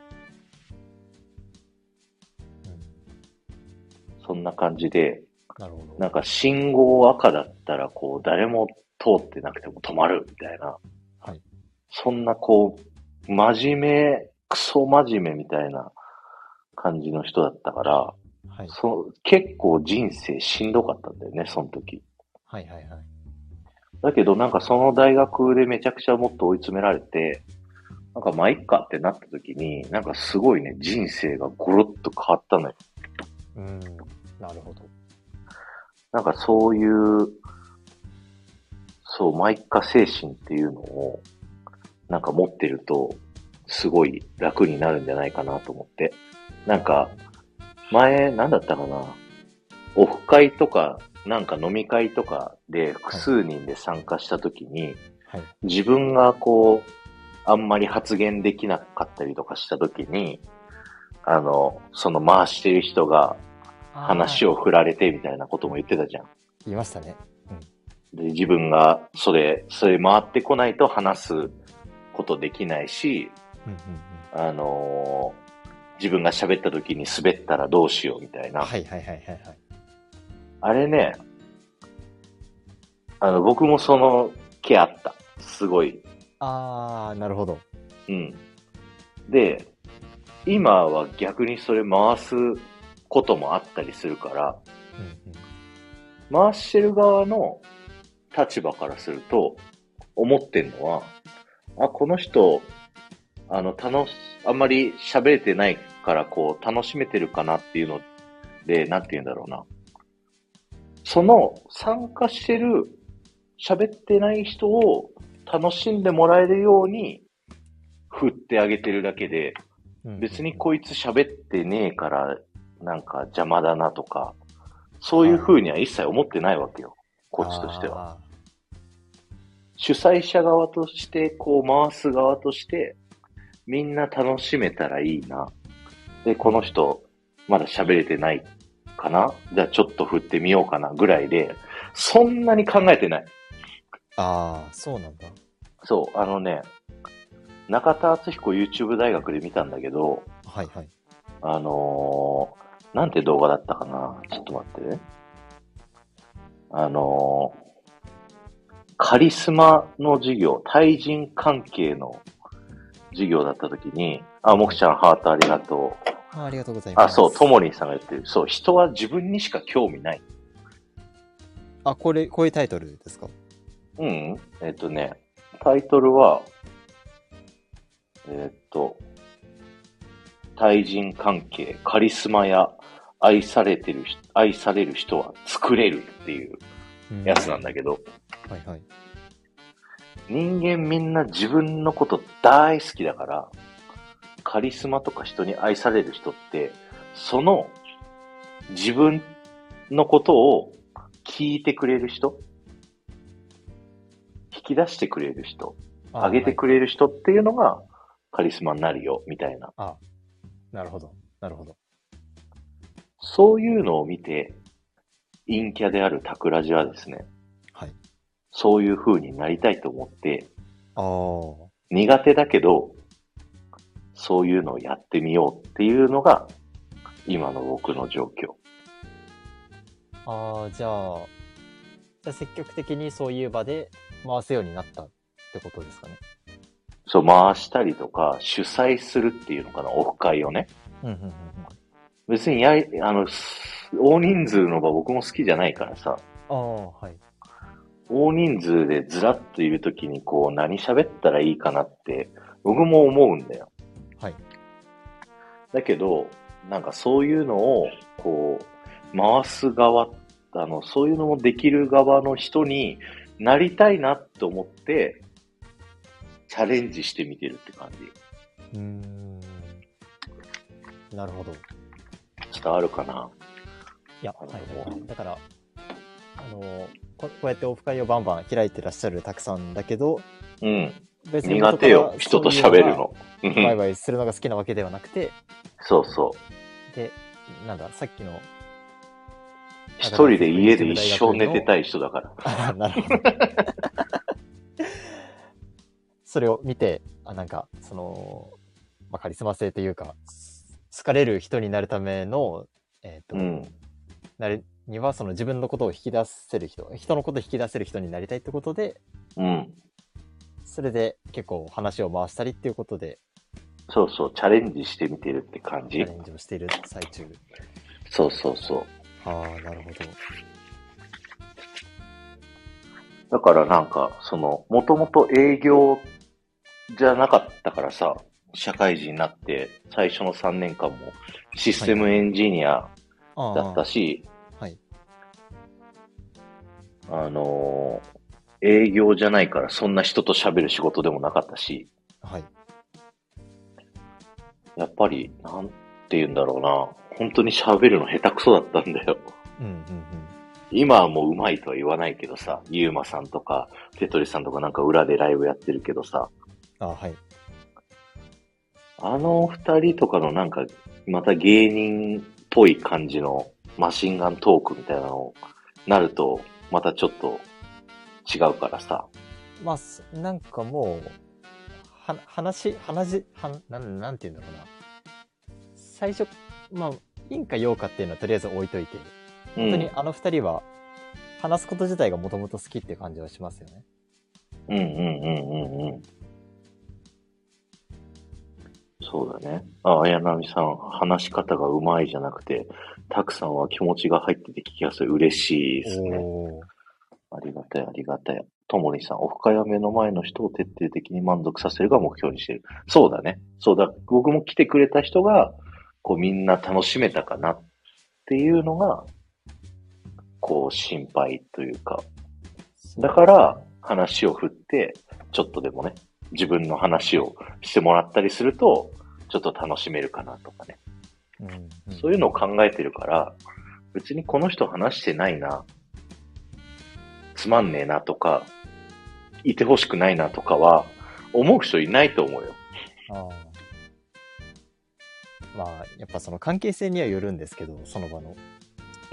Speaker 1: そんな感じで、
Speaker 2: なるほど
Speaker 1: なんか信号赤だったら、こう、誰も通ってなくても止まるみたいな。
Speaker 2: はい
Speaker 1: そんな、こう、真面目、クソ真面目みたいな感じの人だったから、
Speaker 2: はい
Speaker 1: そう結構人生しんどかったんだよね、その時。
Speaker 2: はいはいはい
Speaker 1: だけどなんかその大学でめちゃくちゃもっと追い詰められて、なんかまあいっかってなった時に、なんかすごいね、人生がゴロッと変わったのよ。
Speaker 2: うんなるほど
Speaker 1: なんかそういう、そう、まあいっか精神っていうのを、なんか持ってると、すごい楽になるんじゃないかなと思って。なんか、前、なんだったかな。オフ会とか、なんか飲み会とかで複数人で参加した時に、
Speaker 2: はい
Speaker 1: 自分がこう、あんまり発言できなかったりとかした時に、あの、その回してる人が話
Speaker 2: を
Speaker 1: を振られてみたいなことも言ってたじゃん。
Speaker 2: 言いましたね
Speaker 1: で、自分がそれ、それ回ってこないと話すことできないし、
Speaker 2: うんうんうん
Speaker 1: あのー自分が喋った時に滑ったらどうしようみたいな。
Speaker 2: はいはいはいはいはい
Speaker 1: あれね、あの、僕もその気あった。すごい。
Speaker 2: ああなるほど
Speaker 1: うん。で、今は逆にそれ回すこともあったりするから、
Speaker 2: うんうん
Speaker 1: 回してる側の立場からすると、思ってんのは、あ、この人、あの、楽し、あんまり喋れてないから、こう、楽しめてるかなっていうので、なんて言うんだろうな。その、参加してる、喋ってない人を楽しんでもらえるように、振ってあげてるだけで、
Speaker 2: うんうん
Speaker 1: 別にこいつ喋ってねえから、なんか邪魔だなとか、そういう風には一切思ってないわけよ。こっちとしては。
Speaker 2: あ
Speaker 1: 主催者側として、こう回す側として、みんな楽しめたらいいな。で、この人、まだ喋れてないかなじゃあちょっと振ってみようかなぐらいで、そんなに考えてない。
Speaker 2: ーあーそうなんだ
Speaker 1: そう、あのね、中田敦彦 YouTube 大学で見たんだけど、
Speaker 2: はいはい
Speaker 1: あのー、なんて動画だったかなちょっと待ってね。あのー、カリスマの授業、対人関係の授業だった時に、あ、もくちゃんハートありがとう。
Speaker 2: あーありがとうございます
Speaker 1: あ、そう、ともりんさんが言ってる。そう、人は自分にしか興味ない。
Speaker 2: あこれこういうタイトルですか
Speaker 1: うん、えっ、とね、タイトルは、えっ、と、対人関係、カリスマや愛されてる人、愛される人は作れるっていう
Speaker 2: うん
Speaker 1: やつなんだけど、
Speaker 2: はいはい
Speaker 1: 人間みんな自分のこと大好きだから、カリスマとか人に愛される人って、その自分のことを聞いてくれる人引き出してくれる人
Speaker 2: あ
Speaker 1: 上げて
Speaker 2: る、
Speaker 1: くれる人っていうのがカリスマになるよ、みたいな。
Speaker 2: はいあなるほどなるほど
Speaker 1: そういうのを見て、陰キャであるタクラジはですね、
Speaker 2: はい
Speaker 1: そういう風になりたいと思って、
Speaker 2: ああ
Speaker 1: 苦手だけど、そういうのをやってみようっていうのが、今の僕の状況。
Speaker 2: ああ、じゃあ、じゃあ積極的にそういう場で回すようになったってことですかね。
Speaker 1: そう、回したりとか、主催するっていうのかな、オフ会をね。
Speaker 2: うんうんうんうん。
Speaker 1: 別にやい、あの、す大人数の場僕も好きじゃないからさ、
Speaker 2: ああ、はい。
Speaker 1: 大人数でずらっといるときにこう何喋ったらいいかなって僕も思うんだよ。
Speaker 2: はい。
Speaker 1: だけど、なんかそういうのをこう回す側、あの、そういうのもできる側の人になりたいなと思ってチャレンジしてみてるって感じ。
Speaker 2: うーん。なるほど。い
Speaker 1: 伝わるかな
Speaker 2: や、はいはいはい。だから、あのこ、こうやってオフ会をバンバン開いてらっしゃるたくさんだけど、
Speaker 1: うん。
Speaker 2: 別に
Speaker 1: 苦手よ。人と喋る。の。う
Speaker 2: バイ
Speaker 1: ん
Speaker 2: バイするのが好きなわけではなくて、
Speaker 1: そうそ
Speaker 2: で、なんだ、さっきの、
Speaker 1: 一人で家で一生寝てたい人だから。
Speaker 2: あなるほど。 それを見て、あなんか、その、まあ、カリスマ性というか、好かれる人になるための、えっ、と、
Speaker 1: うん。
Speaker 2: なるには、その自分のことを引き出せる人、人のことを引き出せる人になりたいってことで、
Speaker 1: うん。
Speaker 2: それで結構話を回したりっていうことで、
Speaker 1: そうそう、チャレンジしてみてるって感
Speaker 2: チ
Speaker 1: じ
Speaker 2: ャレ。ンジをしている最中。
Speaker 1: そうそうそう。
Speaker 2: ああ、なるほど。
Speaker 1: だからなんか、その、もともと営業じゃなかったからさ、社会人になって、最初の3年間もシステムエンジニア
Speaker 2: あ
Speaker 1: だったし、
Speaker 2: あーはい
Speaker 1: あのー営業じゃないからそんな人と喋る仕事でもなかったし、
Speaker 2: あ、はい。
Speaker 1: やっぱり、なんて言うんだろうな、本当に喋るの下手くそだったんだよ。
Speaker 2: うんうんうん。
Speaker 1: 今はもう上手いとは言わないけどさ、ゆうまさんとか、テトリさんとかなんか裏でライブやってるけどさ、
Speaker 2: ああ、はい。
Speaker 1: あの二人とかのなんか、また芸人っぽい感じのマシンガントークみたいなのになると、またちょっと違うからさ。
Speaker 2: まあ、すなんかもう、は、話、話、はなん、なんて言うんだろうな。最初、まあ、陰か陽かっていうのはとりあえず置いといて、
Speaker 1: 本
Speaker 2: 本当にあの二人は、話すこと自体がもともと好きっていう感じはしますよね。
Speaker 1: うんうんうんうんうん。そうだね。あ、綾波さん、話し方が上手いじゃなくて、たくさんは気持ちが入ってて聞きやすい。嬉しいですね。
Speaker 2: おー
Speaker 1: ありがたい、ありがたい。ともりさん、オフ会は目の前の人を徹底的に満足させるが目標にしてる。そうだね。そうだ。僕も来てくれた人が、こうみんな楽しめたかなっていうのが、こう心配というか。だから、話を振って、ちょっとでもね、自分の話をしてもらったりすると、ちょっと楽しめるかなとかね。
Speaker 2: うんうん
Speaker 1: そういうのを考えてるから、別にこの人話してないな、つまんねえなとか、いてほしくないなとかは、思う人いないと思うよ。
Speaker 2: ああまあ、やっぱその関係性にはよるんですけど、その場の。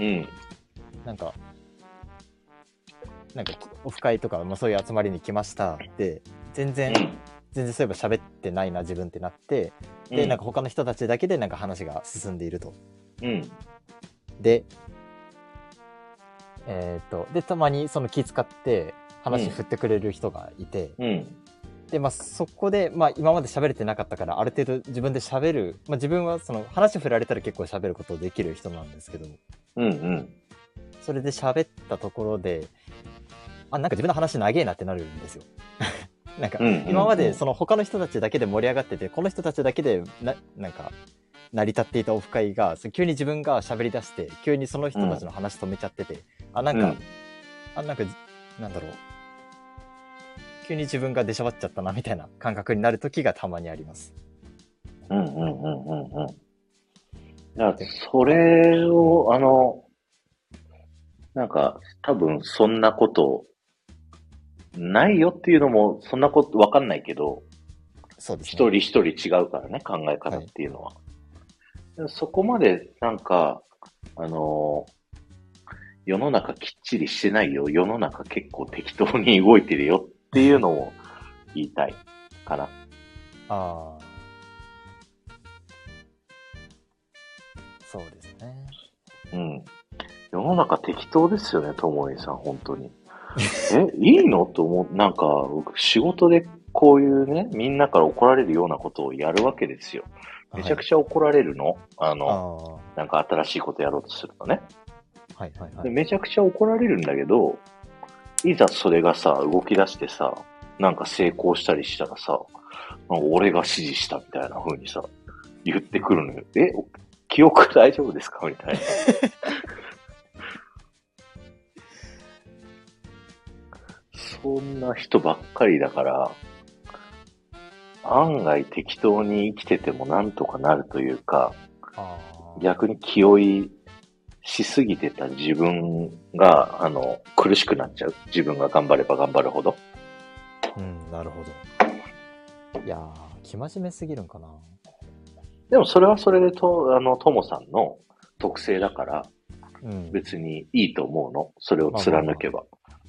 Speaker 1: うん。
Speaker 2: なんか、なんか、オフ会とか、まあそういう集まりに来ました。で、全然、全然そういえば喋ってないな、自分ってなって、で、なん
Speaker 1: か、
Speaker 2: か他の人たちだけでなんか話が進んでいると。
Speaker 1: うん。
Speaker 2: で、えーっと、で、たまにその気使って話振ってくれる人がいて、
Speaker 1: うん。
Speaker 2: で、まあ、そこで、まあ、今まで喋れてなかったから、ある程度自分で喋る、まあ、自分はその話振られたら結構喋ることできる人なんですけど、
Speaker 1: うん。うん。
Speaker 2: それで喋ったところで、あ、なんか自分の話長えなってなるんですよ。 なんか
Speaker 1: う、ん。
Speaker 2: 今までその他の人たちだけで盛り上がってて、この人たちだけでな、なんか、成り立っていたオフ会が、そう急に自分が喋り出して、急にその人たちの話止めちゃってて、あ、なん
Speaker 1: う
Speaker 2: か、
Speaker 1: ん
Speaker 2: あ、なんか、なんだろう。急に自分が出しゃばっちゃったな、みたいな感覚になる時がたまにあります。
Speaker 1: うんうんうんうんうん。だからそれを、あの、なんか、多分そんなこと、ないよっていうのも、そんなことわかんないけど、
Speaker 2: そうです
Speaker 1: 一
Speaker 2: ね。
Speaker 1: 人一人違うからね、考え方っていうのは。そこまで、なんか、あのー世の中きっちりしてないよ、世の中結構適当に動いてるよっていうのを言いたいかな。
Speaker 2: ああ。そうですね。
Speaker 1: うん。世の中適当ですよね、ともりさん、本当 に。え、いいのと思う。なんか、僕仕事でこういうね、みんなから怒られるようなことをやるわけですよ。めちゃく
Speaker 2: ち
Speaker 1: ちゃ怒られるの、あ
Speaker 2: ゃ
Speaker 1: の、
Speaker 2: ああ。
Speaker 1: なんか新しいことやろうとするとね。
Speaker 2: はいはいは
Speaker 1: で
Speaker 2: い。
Speaker 1: めちゃくちゃ怒られるんだけど、いざそれがさ、動き出してさ、なんか成功したりしたらさ、なんか俺が指示したみたいな風にさ、言ってくるのよ。え、お記憶大丈夫ですかみ たいな。そんな人ばっかりだから、案外適当に生きててもなんとかなるというか、
Speaker 2: ああ。
Speaker 1: 逆に気負いしすぎてた自分が、あの、苦しくなっちゃう。自分が頑張れば頑張るほど。
Speaker 2: うん、なるほど。いやー、生真面目すぎるんかな。
Speaker 1: でもそれはそれでと、あの、ともさんの特性だから、
Speaker 2: うん、
Speaker 1: 別にいいと思うの。それを貫けば。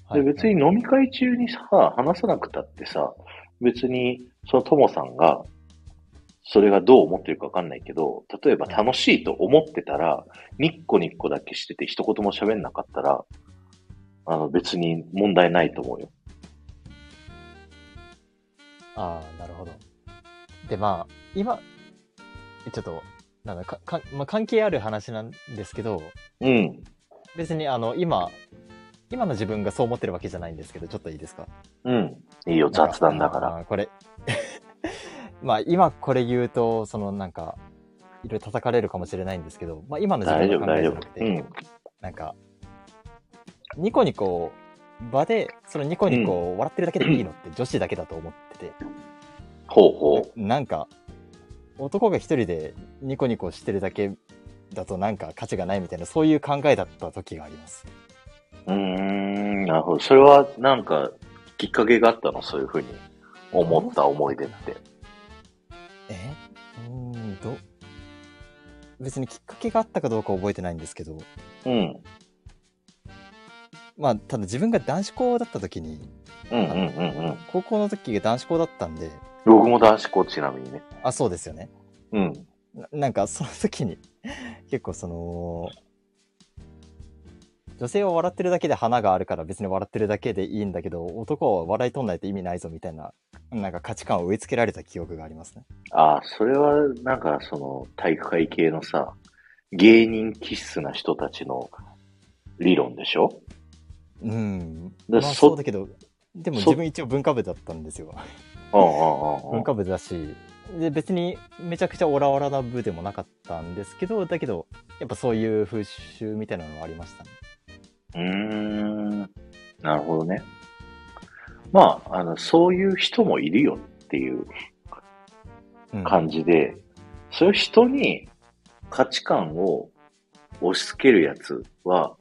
Speaker 2: は
Speaker 1: で、
Speaker 2: い
Speaker 1: 別に飲み会中にさ、話さなくたってさ、別に、そのともさんが、それがどう思ってるかわかんないけど、例えば楽しいと思ってたら、ニッコニッコだけしてて一言も喋んなかったら、あの別に問題ないと思うよ。
Speaker 2: ああ、なるほど。で、まあ、今、ちょっと、なんだかか、まあ、関係ある話なんですけど、
Speaker 1: うん。
Speaker 2: 別に、あの、今、今の自分がそう思ってるわけじゃないんですけど、ちょっといいですか
Speaker 1: うん。いいよ、雑談だか。
Speaker 2: なん
Speaker 1: ら。
Speaker 2: あーこれ、 まあ、今これ言うと、その、なんか、いろいろ叩かれるかもしれないんですけど、まあ、今の自
Speaker 1: 大丈
Speaker 2: 分
Speaker 1: 夫、
Speaker 2: が考え
Speaker 1: 大
Speaker 2: じ
Speaker 1: 丈
Speaker 2: ゃなくて、
Speaker 1: 夫。うん。
Speaker 2: なんか、ニコニコ場で、そのニコニコを笑ってるだけでいいのって女子だけだと思ってて、
Speaker 1: ほうほう。
Speaker 2: なんか男が一人でニコニコしてるだけだとなんか価値がないみたいなそういう考えだった時があります
Speaker 1: うーん、なるほど。それはなんか、きっかけがあったのそういうふうに思った思い出って。
Speaker 2: えうーんど別にきっかけがあったかどうか覚えてないんですけど
Speaker 1: うん。
Speaker 2: まあただ自分が男子校だった時に
Speaker 1: うんうんうんうん。
Speaker 2: 高校の時が男子校だったんで
Speaker 1: 僕も男子校ちなみにね。
Speaker 2: あそうですよね
Speaker 1: うん。
Speaker 2: ななんかその時に 結構その女性は笑ってるだけで花があるから別に笑ってるだけでいいんだけど男は笑い取んないと意味ないぞみたいななんか価値観を植え付けられた記憶がありますね。
Speaker 1: ああ、それはなんかその体育会系のさ、芸人気質な人たちの理論でしょ
Speaker 2: うん。ま
Speaker 1: で
Speaker 2: あ
Speaker 1: そ
Speaker 2: そうだけどでも
Speaker 1: そ
Speaker 2: 自分一応文化部だったんですよ。
Speaker 1: うんうんうん
Speaker 2: 文
Speaker 1: うん。
Speaker 2: 化部だしで別にめちゃくちゃオラオラな部でもなかったんですけどだけどやっぱそういう風習みたいなのはありましたね。
Speaker 1: うーん。なるほどね。まあ、あの、そういう人もいるよっていう
Speaker 2: うん、
Speaker 1: 感じで、そういう人に価値観を押し付けるやつは、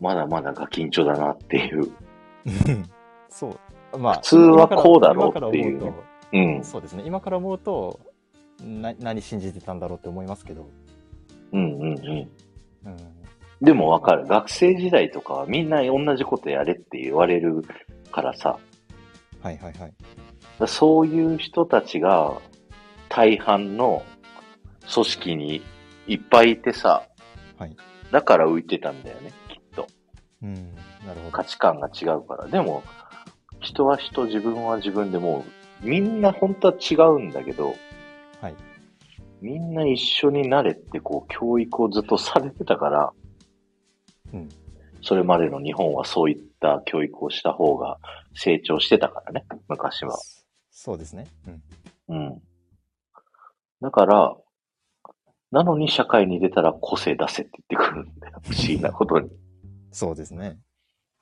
Speaker 1: まだまだガキンチョだなっていう。
Speaker 2: そう。まあ
Speaker 1: 普通はこうだろうっていうね
Speaker 2: 今から思と
Speaker 1: うん。
Speaker 2: そうですね今から思うとな何信じてたんだろうって思いますけど、
Speaker 1: うんうんうん。
Speaker 2: うん、
Speaker 1: でもわかる。学生時代とかはみんな同じことやれって言われるからさ、
Speaker 2: はいはいはい
Speaker 1: そういう人たちが大半の組織にいっぱいいてさ、
Speaker 2: はい
Speaker 1: だから浮いてたんだよね、きっと。
Speaker 2: うんなるほ
Speaker 1: 価値観が違うから。でも、人は人、自分は自分でもう、みんな本当は違うんだけど、
Speaker 2: はい
Speaker 1: みんな一緒になれってこう教育をずっとされてたから、
Speaker 2: うん
Speaker 1: それまでの日本はそういった教育をした方が成長してたからね、昔
Speaker 2: ど
Speaker 1: は。
Speaker 2: そそうですね、うん、
Speaker 1: うん。だから、なのに社会に出たら個性出せって言ってくるんだよ。不思議なことに。
Speaker 2: そうですね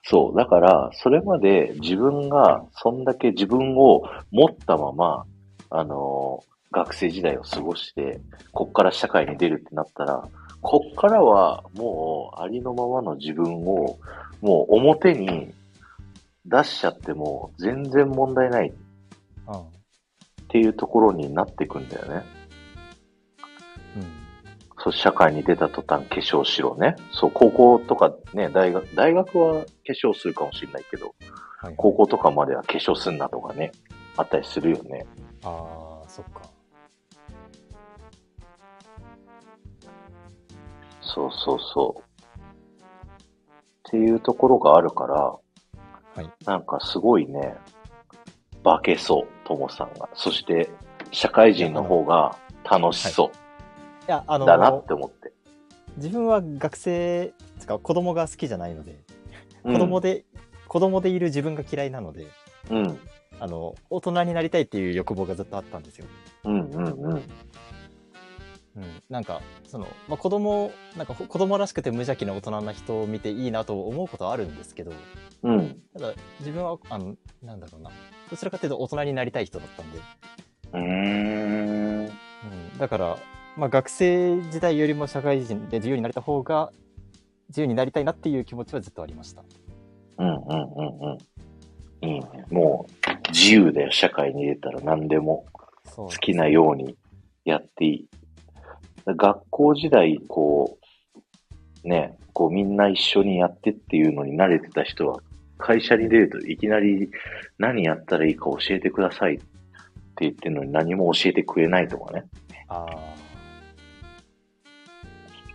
Speaker 1: そう。だから、それまで自分が、そんだけ自分を持ったまま、あのー学生時代を過ごして、こっから社会に出るってなったら、こっからはもうありのままの自分を、もう表に出しちゃっても全然問題ないっ
Speaker 2: ああ
Speaker 1: ていうところになってくんだよね。
Speaker 2: うん
Speaker 1: そう、社会に出た途端化粧しろね。そう、高校とかね、大学、大学は化粧するかもしれないけど、
Speaker 2: はい
Speaker 1: 高校とかまでは化粧すんなとかね、あったりするよね。
Speaker 2: ああそっか
Speaker 1: そうそうそう。っていうところがあるから、
Speaker 2: い
Speaker 1: なんかすごいね、化けそう、ともさんが。そして、社会人の方が楽しそ
Speaker 2: いやあ
Speaker 1: う
Speaker 2: の
Speaker 1: だなって思って。
Speaker 2: 自分は学生つか子供が好きじゃないので
Speaker 1: うん
Speaker 2: 子供で、子供でいる自分が嫌いなので
Speaker 1: うん。
Speaker 2: あの大人になりたいっていう欲望がずっとあったんですよ
Speaker 1: うんうんうん。
Speaker 2: うん、なんかその、まあ、子供なんかほ子供らしくて無邪気な大人な人を見ていいなと思うことはあるんですけど
Speaker 1: うん。
Speaker 2: ただ自分はあのなんだろうなどちらかというと大人になりたい人だったんで、
Speaker 1: うーん。
Speaker 2: うん、だから、まあ、学生時代よりも社会人で自由になれた方が自由になりたいなっていう気持ちはずっとありました
Speaker 1: うんうんうんうん。いいね。もう、自由だよ。社会に出たら何でも
Speaker 2: そう
Speaker 1: 好きなようにやっていい。学校時代、こう、ね、こうみんな一緒にやってっていうのに慣れてた人は、会社に出るといきなり何やったらいいか教えてくださいって言ってるのに何も教えてくれないとかね。
Speaker 2: ああ。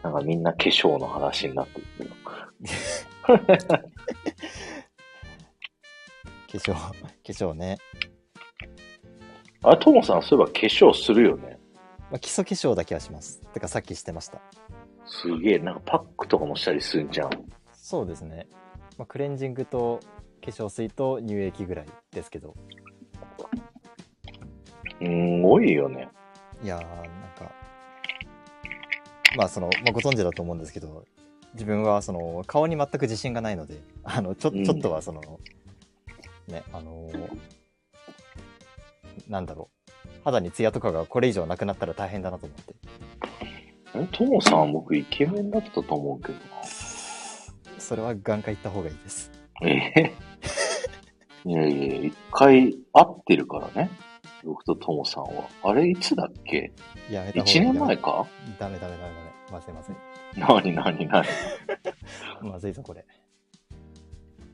Speaker 1: なんかみんな化粧の話になってるけど。
Speaker 2: 化粧、化粧ね。
Speaker 1: あれ、ともさんそういえば化粧するよね。
Speaker 2: まあ、基礎化粧だけはします。てかさっきしてました。
Speaker 1: すげえ、なんかパックとかもしたりするんじゃん。
Speaker 2: そうですね。まあ、クレンジングと化粧水と乳液ぐらいですけど。
Speaker 1: すごいよね。
Speaker 2: いやー、なんか、まあその、まあ、ご存知だと思うんですけど、自分はその顔に全く自信がないので、あのちょ
Speaker 1: うん
Speaker 2: ちょっとはその、ね、あのーなんだろう、肌にツヤとかがこれ以上なくなったら大変だなと思って。
Speaker 1: えともさんは僕イケメンだったと思うけど
Speaker 2: それは眼科行った方がいいです。
Speaker 1: な。えへ いやいや、一回会ってるからね。僕とともさんは。あれ、いつだっけ
Speaker 2: やめた方がいい。
Speaker 1: 一年前か
Speaker 2: ダメダメダメダメ。まずいまずい。
Speaker 1: なになになにい
Speaker 2: まずいぞ、これ。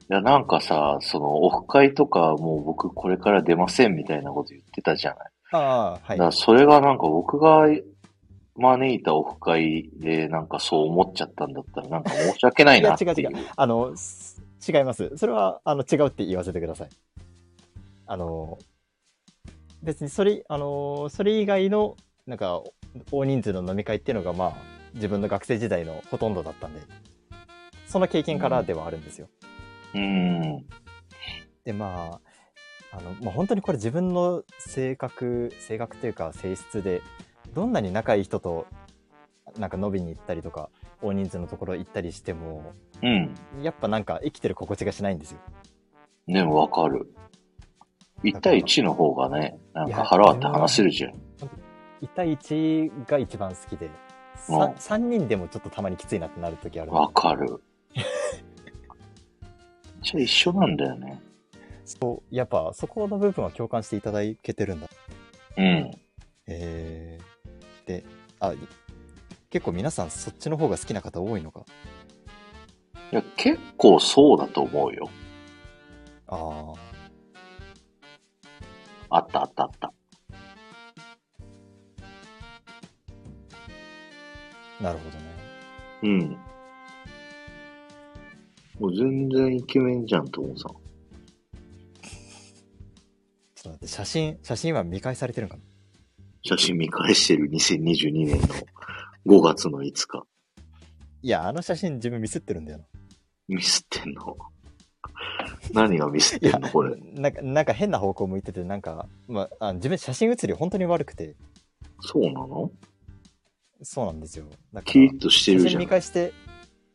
Speaker 1: や、なんかさ、その、オフ会とか、もう僕これから出ませんみたいなこと言ってたじゃない。
Speaker 2: ああ、
Speaker 1: だ
Speaker 2: は
Speaker 1: か
Speaker 2: い。
Speaker 1: らそれがなんか僕が招いたオフ会で、なんかそう思っちゃったんだったら、なんか申し訳ないなっていう。
Speaker 2: い や違うあの、す違います。それは、あの、違うって言わせてください。あの、別にそれ、あの、それ以外の、なんか、大人数の飲み会っていうのが、まあ、自分の学生時代のほとんどだったんで、その経験からではあるんですよ。
Speaker 1: うん。
Speaker 2: でまああの、まあ、本当にこれ自分の性格性格というか性質でどんなに仲いい人となんか飲みに行ったりとか大人数のところ行ったりしても
Speaker 1: うん。
Speaker 2: やっぱなんか生きてる心地がしないんですよ。
Speaker 1: ね、わかる。1対1の方がね、なん
Speaker 2: い
Speaker 1: か
Speaker 2: や
Speaker 1: 腹割って話せるじゃん。
Speaker 2: 1対1が一番好きで
Speaker 1: うん
Speaker 2: 3, 3人でもちょっとたまにきついなってなる時ある
Speaker 1: わか る。じゃあ一緒なんだよね。
Speaker 2: そうやっぱそこの部分は共感していただけてるんだ。
Speaker 1: うん。
Speaker 2: えー、であい結構皆さんそっちの方が好きな方多いのか。
Speaker 1: いや、結構そうだと思うよ。
Speaker 2: ああ
Speaker 1: あったあったあった。
Speaker 2: なるほどね。
Speaker 1: うん。もう全然イケメンじゃん、ともさん。
Speaker 2: ちょっと待って、写真、写真は見返されてるんかな
Speaker 1: 写真見返してる2022年の5月の5日。
Speaker 2: いや、あの写真自分ミスってるんだよな。
Speaker 1: ミスってんの何がミスってんのこれ。
Speaker 2: なんか、なんか変な方向向いてて、なんか、まあ、あ自分写真写り本当に悪くて、
Speaker 1: そうなの
Speaker 2: そうなんですよ。だか
Speaker 1: キリ
Speaker 2: ら
Speaker 1: ッ、として
Speaker 2: 写
Speaker 1: るじ
Speaker 2: 真
Speaker 1: ゃ
Speaker 2: 見
Speaker 1: ん。
Speaker 2: 返して、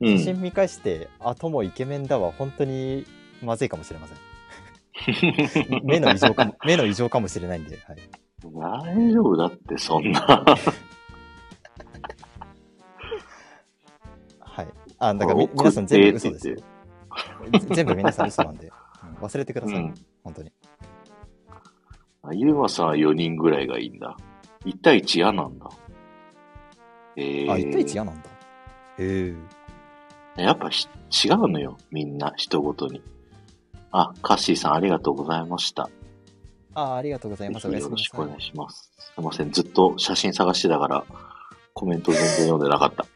Speaker 1: う
Speaker 2: 写
Speaker 1: ん。
Speaker 2: 真見返して、あともイケメンだわ、本当にまずいかもしれませ ん。目の異常かも、目の異常かもしれないんで、はい。
Speaker 1: 大丈夫だって、そんな。
Speaker 2: はい。あ、だからみ
Speaker 1: 送って
Speaker 2: 皆さん全部
Speaker 1: って
Speaker 2: 嘘
Speaker 1: 言
Speaker 2: で
Speaker 1: っ
Speaker 2: す
Speaker 1: て
Speaker 2: よ。ぜ全部皆さん嘘なんで、うん忘れてくだ
Speaker 1: う
Speaker 2: さい、
Speaker 1: ん。
Speaker 2: 本当に。
Speaker 1: あゆうまさんは4人ぐらいがいいんだ。1対1嫌なんだ。えー、
Speaker 2: あ、1対1嫌なんだ。へえ。
Speaker 1: やっぱひ違うのよ、みんな、人ごとに。あ、カッシーさんありがとうございました。
Speaker 2: あ、ありがとうございます。お
Speaker 1: ぜ
Speaker 2: や
Speaker 1: ひ
Speaker 2: す
Speaker 1: よ
Speaker 2: みな
Speaker 1: ろ
Speaker 2: さ
Speaker 1: し
Speaker 2: い
Speaker 1: くお願いします。すいません、ずっと写真探してたから、コメント全然読んでなかった。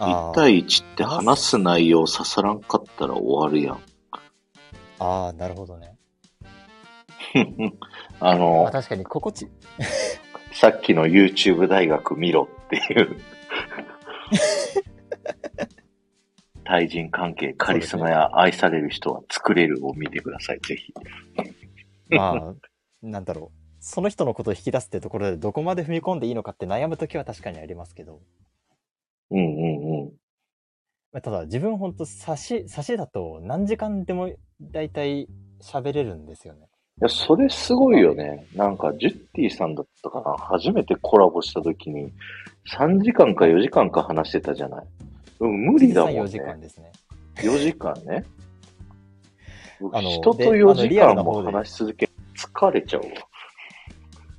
Speaker 2: あ
Speaker 1: 1
Speaker 2: ー
Speaker 1: 対1って話す内容刺さらんかったら終わるやん。
Speaker 2: ああ、なるほどね。
Speaker 1: あの、
Speaker 2: まあ、確かに心地、
Speaker 1: さっきの YouTube 大学見ろっていう 対人関係、カリスマや愛される人は作れるを見てください、ぜひ。
Speaker 2: まあ、 なんだろう。その人のことを引き出すってところで、どこまで踏み込んでいいのかって悩むときは確かにありますけど、
Speaker 1: うんうんうん。
Speaker 2: まあただ自分ほんと差し、差しだと何時間でも大体喋れるんですよね。
Speaker 1: いや、それすごいよね。なんか、ジュッティさんだったかな初めてコラボした時に、3時間か4時間か話してたじゃない。うん、無理だもんね。
Speaker 2: 実
Speaker 1: 4時
Speaker 2: 際4時間
Speaker 1: 間。
Speaker 2: ですね。
Speaker 1: ね。僕
Speaker 2: あの
Speaker 1: 人と
Speaker 2: であ
Speaker 1: 4
Speaker 2: の
Speaker 1: 時
Speaker 2: リアル
Speaker 1: 間
Speaker 2: な
Speaker 1: も
Speaker 2: 方で
Speaker 1: 話し続け、疲れちゃうわ。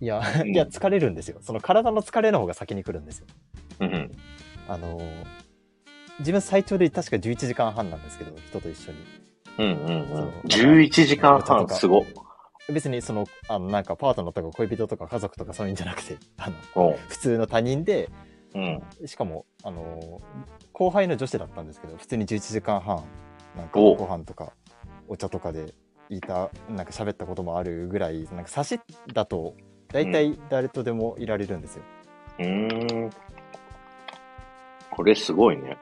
Speaker 2: いや、
Speaker 1: ん
Speaker 2: いや、疲れるんですよ。その体の疲れの方が先に来るんですよ。
Speaker 1: うん。
Speaker 2: あのー自分最長で確か11時間半なんですけど、人と一緒に。
Speaker 1: うんうんう
Speaker 2: そ
Speaker 1: ん
Speaker 2: う。
Speaker 1: 11時間
Speaker 2: お茶と
Speaker 1: 半、
Speaker 2: か
Speaker 1: すごっ。
Speaker 2: 別にその、あの、なんかパートナーとか恋人とか家族とかそういうんじゃなくて、あの、
Speaker 1: うん
Speaker 2: 普通の他人で、
Speaker 1: うん。
Speaker 2: しかも、あのー後輩の女子だったんですけど、普通に11時間半、なんか
Speaker 1: お
Speaker 2: ご飯とかお茶とかでいた、なんか喋ったこともあるぐらい、なんか差しだと、大体誰とでもいられるんですよ。
Speaker 1: うーん。これすごいね。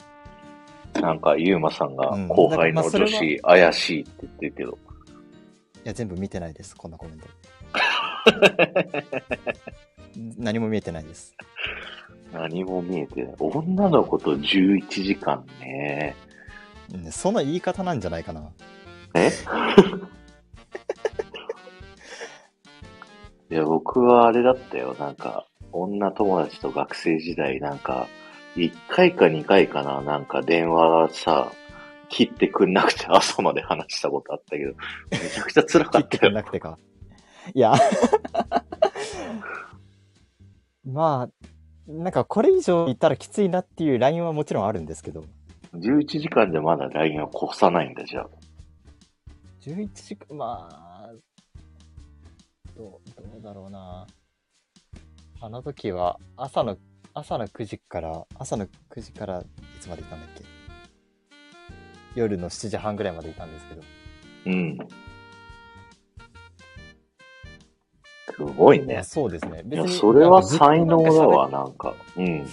Speaker 1: なんか、ゆうまさんが
Speaker 2: うん
Speaker 1: 後輩の
Speaker 2: なんかま
Speaker 1: 女
Speaker 2: あそれ
Speaker 1: 子怪しいって言ってるけど。
Speaker 2: いや、全部見てないです、こんなコメント。何も見えてないです。
Speaker 1: 何も見えてない。女の子と11時間ね。
Speaker 2: うんその言い方なんじゃないかな。
Speaker 1: え いや、僕はあれだったよ。なんか、女友達と学生時代、なんか、1回か2回かな、なんか電話さ、切ってくんなくて朝まで話したことあったけど、めちゃくちゃ辛か
Speaker 2: 切っ
Speaker 1: ってた
Speaker 2: く
Speaker 1: よ
Speaker 2: ん。なくてか。いや。 まあ、なんかこれ以上言ったらきついなっていうラインはもちろんあるんですけど、
Speaker 1: 11時間でまだ LINE を越さないんだ、じゃあ。
Speaker 2: 11時間、まあ、どう、どうだろうな。あの時は朝の、朝の9時から、朝の9時からいつまでいたんだっけ夜の7時半ぐらいまでいたんですけど、
Speaker 1: うん。すごい
Speaker 2: まあ
Speaker 1: ね。
Speaker 2: そうですね。
Speaker 1: い
Speaker 2: 別
Speaker 1: や、
Speaker 2: に
Speaker 1: それは
Speaker 2: なんかずっと
Speaker 1: 才能だ
Speaker 2: なんか喋っ
Speaker 1: わ、なんか。うん。
Speaker 2: い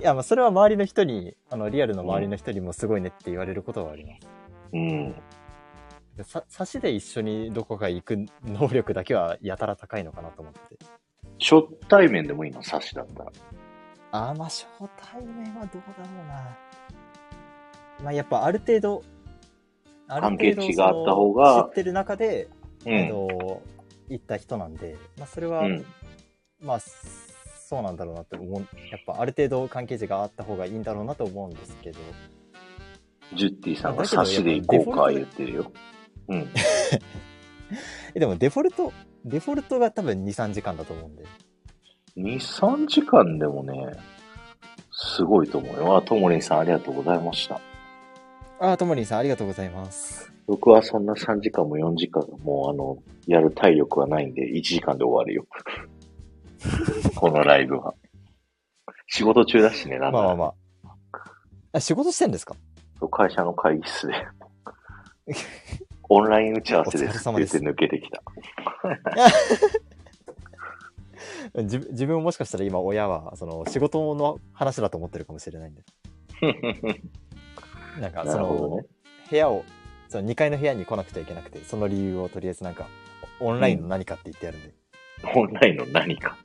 Speaker 2: や、まあ、それは周りの人に、あの、リアルの周りの人にもすごいねって言われることはあります。
Speaker 1: うん。
Speaker 2: さ、差しで一緒にどこか行く能力だけはやたら高いのかなと思って。
Speaker 1: 初対面でもいいの、差しだったら。
Speaker 2: あー、まあ、初対面はどうだろうな。まあ、やっぱある程度、あ
Speaker 1: 関係値があった方が
Speaker 2: その知ってる中で、
Speaker 1: う
Speaker 2: えっ
Speaker 1: ん。
Speaker 2: と、行った人なんで、まあ、それは、
Speaker 1: うん。
Speaker 2: まあ、そうなんだろうなって思う。やっぱある程度関係値があった方がいいんだろうなと思うんですけど。
Speaker 1: ジュッティさんが差しで行こうか、言ってるよ。うん。
Speaker 2: えでもデフォルト、デフォルトが多分2、3時間だと思うんで。
Speaker 1: 2、3時間でもね、すごいと思うよ。あ、ともりんさんありがとうございました。
Speaker 2: ああ、ともりんさん、ありがとうございます。
Speaker 1: 僕はそんな3時間も4時間も、あの、やる体力はないんで、1時間で終わるよ。 このライブは。仕事中だしね、な
Speaker 2: まあ
Speaker 1: んだ、
Speaker 2: まあまあ。あ仕事してんですか
Speaker 1: そう会社の会議室で。オンライン打ち合わせです
Speaker 2: お疲
Speaker 1: って言
Speaker 2: れ様で
Speaker 1: っ
Speaker 2: す
Speaker 1: て抜けてきた。
Speaker 2: 自分自分もしかしたら今親はその仕事の話だと思ってるかもしれ ないんで。なんかそ
Speaker 1: なるほど
Speaker 2: の、
Speaker 1: ね。
Speaker 2: 部屋を、その2階の部屋に来なくちゃいけなくて、その理由をとりあえずなんか、オンラインの何かって言ってやるんで、
Speaker 1: オンラインの何か。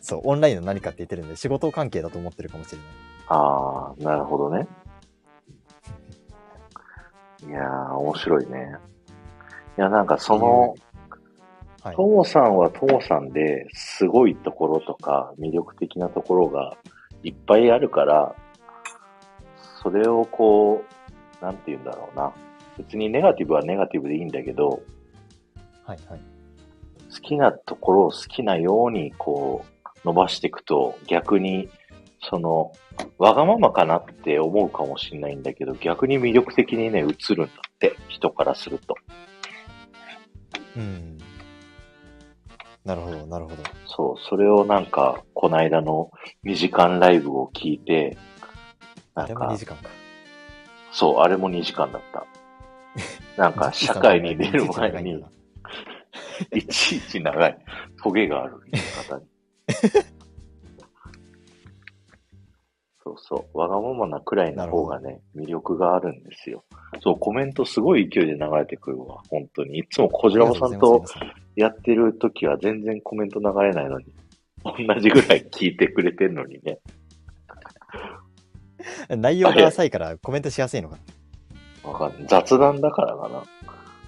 Speaker 2: そう、オンラインの何かって言ってるんで、仕事関係だと思ってるかもしれない。
Speaker 1: ああ、なるほどね。いやー、面白いね。いや、なんかその、
Speaker 2: はい
Speaker 1: と。もさんはともさんですごいところとか魅力的なところがいっぱいあるから、それをこう、なんて言うんだろうな。別にネガティブはネガティブでいいんだけど、
Speaker 2: はいはい。
Speaker 1: 好きなところを好きなようにこう伸ばしていくと逆にそのわがままかなって思うかもしれないんだけど逆に魅力的にね映るんだって人からすると
Speaker 2: うん。なるほど、なるほど。
Speaker 1: そうそれをなんかこないだの2時間ライブを聞いてな
Speaker 2: あ
Speaker 1: ん
Speaker 2: れも2
Speaker 1: か
Speaker 2: 時間か。
Speaker 1: そうあれも2時間だったなん か社会に出る前にいちいち長いトゲがある言い 方にそうそうわがままなくらいの方がね魅力があるんですよそうコメントすごい勢いで流れてくるわ本当にいつも小
Speaker 2: ジ
Speaker 1: 白さんとやってる時は全然コメント流れないのに同じぐらい聞いてくれてるのにね
Speaker 2: 内容が浅いからコメントしやすいのかな。
Speaker 1: わかんない雑談だからかな